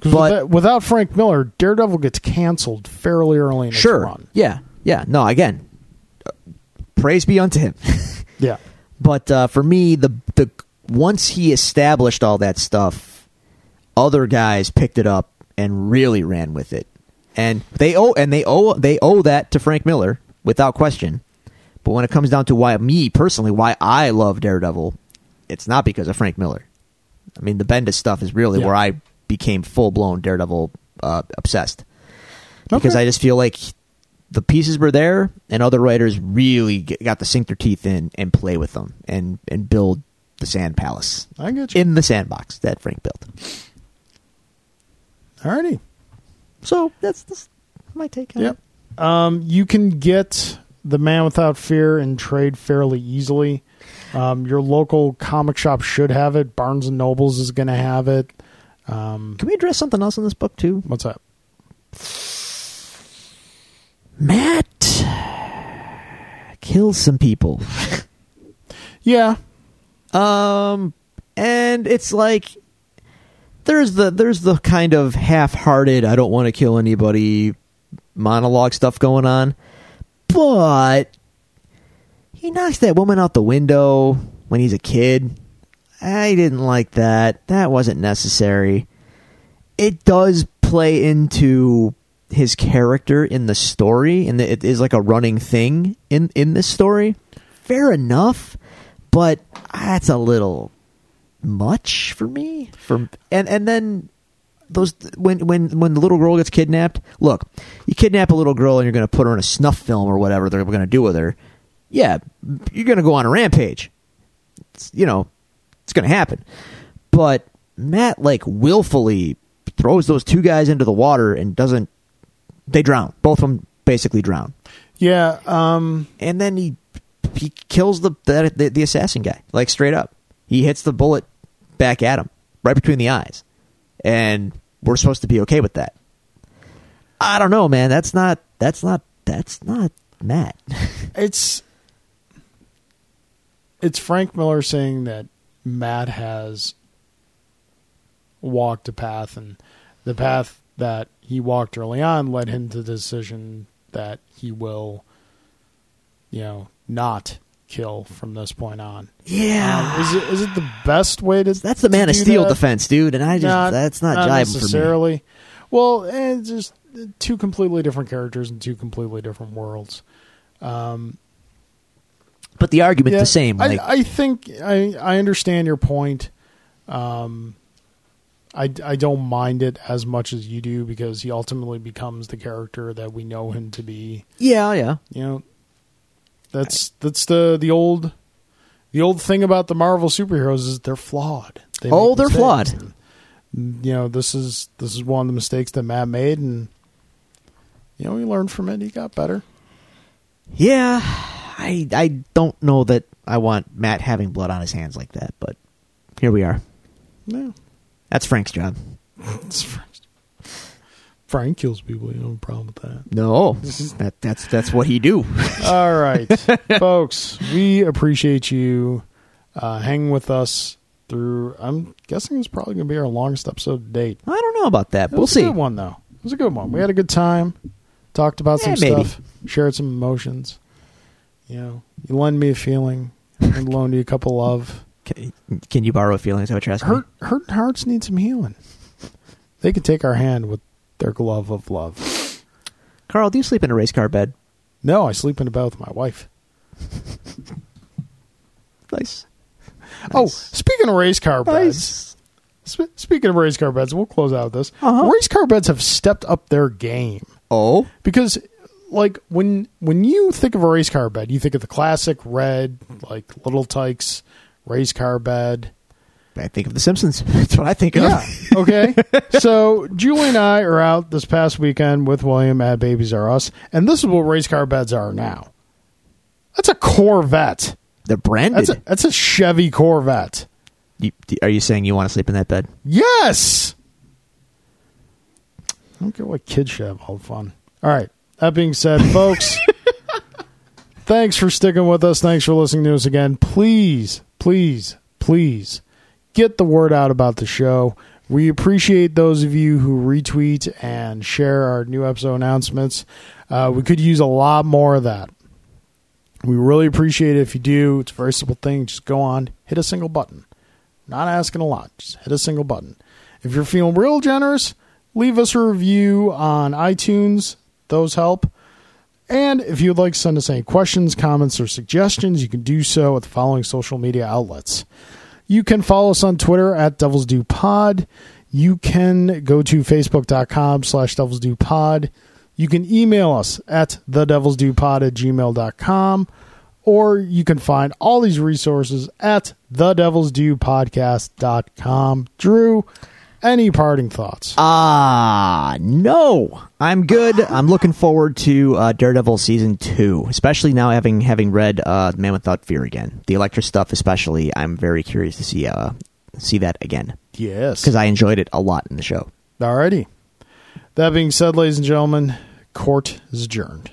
S1: 'cause
S2: But-
S1: without, without Frank Miller, Daredevil gets canceled fairly early in
S2: sure,
S1: its run.
S2: yeah, yeah. No, again, uh, praise be unto him.
S1: Yeah,
S2: But uh, for me, the the once he established all that stuff, other guys picked it up and really ran with it, and they owe and they owe they owe that to Frank Miller without question. But when it comes down to why me personally, why I love Daredevil, it's not because of Frank Miller. I mean, the Bendis stuff is really
S1: Yeah.
S2: where I became full blown Daredevil uh, obsessed because
S1: Okay.
S2: I just feel like the pieces were there, and other writers really g got to sink their teeth in and play with them and and build the sand palace
S1: I get you.
S2: in the sandbox that Frank built.
S1: Alrighty.
S2: So that's, that's my take on
S1: Yep.
S2: it.
S1: Um, you can get The Man Without Fear and trade fairly easily. Um, your local comic shop should have it. Barnes and Nobles is going to have it. Um,
S2: Can we address something else in this book too,
S1: what's that?
S2: Matt? Kills some people.
S1: Yeah,
S2: Um, and it's like there's the there's the kind of half-hearted I don't want to kill anybody monologue stuff going on, but he knocks that woman out the window when he's a kid. I didn't like that. That wasn't necessary. It does play into his character in the story, and it is like a running thing in in this story. Fair enough, but that's a little much for me. For and and then those when when when the little girl gets kidnapped. Look, you kidnap a little girl and you're going to put her in a snuff film or whatever they're going to do with her. Yeah, you're going to go on a rampage. It's, you know, it's going to happen. But Matt like willfully throws those two guys into the water and doesn't. They drown. Both of them basically drown
S1: yeah. Um,
S2: and then he he kills the the, the the assassin guy like straight up. He hits the bullet back at him right between the eyes, and we're supposed to be okay with that. I don't know, man. That's not that's not that's not Matt.
S1: it's it's Frank Miller saying that Matt has walked a path, and the path that he walked early on led him to the decision that he will, you know, not kill from this point on.
S2: yeah,
S1: Um, is it is it the best way to?
S2: that's the Man
S1: to
S2: of
S1: do
S2: Steel
S1: that?
S2: defense, dude. And I just that's not, jiving for me.
S1: necessarily. Well, eh, it's just two completely different characters and two completely different worlds.
S2: But the argument's
S1: Yeah,
S2: the same. Like,
S1: I, I think I, I understand your point. Um, I, I don't mind it as much as you do because he ultimately becomes the character that we know him to be.
S2: Yeah, yeah.
S1: You know, that's that's the the old the old thing about the Marvel superheroes is they're flawed. They
S2: Oh,
S1: make
S2: they're
S1: mistakes.
S2: flawed.
S1: And, you know, this is this is one of the mistakes that Matt made, and you know he learned from it. He got better.
S2: Yeah, I I don't know that I want Matt having blood on his hands like that, but here we are.
S1: Yeah,
S2: That's Frank's job.
S1: it's Frank. Frank kills people. You know, problem with that.
S2: No, that that's that's what he do.
S1: All right, folks, we appreciate you uh, hanging with us through. I'm guessing it's probably going to be our longest episode to date.
S2: I don't know about that.
S1: It
S2: We'll
S1: was
S2: see.
S1: A good one though. It was a good one. We had a good time. Talked about some
S2: Eh, maybe.
S1: stuff. Shared some emotions. You know, you lend me a feeling. I loan you a couple love.
S2: Can, can you borrow a feeling? Is that what you're asking? me?
S1: Hurt, hurting hearts need some healing. They could take our hand with their glove of love.
S2: Carl, do you sleep in a race car bed?
S1: No, I sleep in a bed with my wife.
S2: Nice.
S1: Oh,
S2: Nice.
S1: speaking of race car beds,
S2: Nice.
S1: Sp- Speaking of race car beds, we'll close out with this.
S2: Uh-huh.
S1: Race car beds have stepped up their game
S2: Oh,
S1: because, like, when when you think of a race car bed, you think of the classic red, like Little Tykes race car bed.
S2: I think of The Simpsons. That's what I think
S1: Yeah.
S2: of.
S1: okay. So Julie and I are out this past weekend with William at Babies R Us, and this is what race car beds are now. That's a Corvette.
S2: They're branded.
S1: That's a, that's a Chevy Corvette.
S2: You- are you saying you want to sleep in that bed?
S1: Yes. I don't get why kids should have all the fun. All right. That being said, folks, thanks for sticking with us. Thanks for listening to us again. Please, please, please get the word out about the show. We appreciate those of you who retweet and share our new episode announcements. Uh, we could use a lot more of that. We really appreciate it if you do. It's a very simple thing. Just go on, hit a single button. Not asking a lot. Just hit a single button. If you're feeling real generous, leave us a review on iTunes. Those help. And if you'd like to send us any questions, comments, or suggestions, you can do so at the following social media outlets. You can follow us on Twitter at Devils Do Pod. You can go to Facebook.com slash Devils Do Pod. You can email us at the Devils Do Pod at gmail.com. Or you can find all these resources at the Devils Do Podcast.com. Drew, any parting thoughts?
S2: Ah, no. I'm good. I'm looking forward to uh, Daredevil season two, especially now having having read uh, Man Without Fear again. The Electra stuff, especially. I'm very curious to see uh, see that again
S1: yes.
S2: because I enjoyed it a lot in the show.
S1: Alrighty. That being said, ladies and gentlemen, court is adjourned.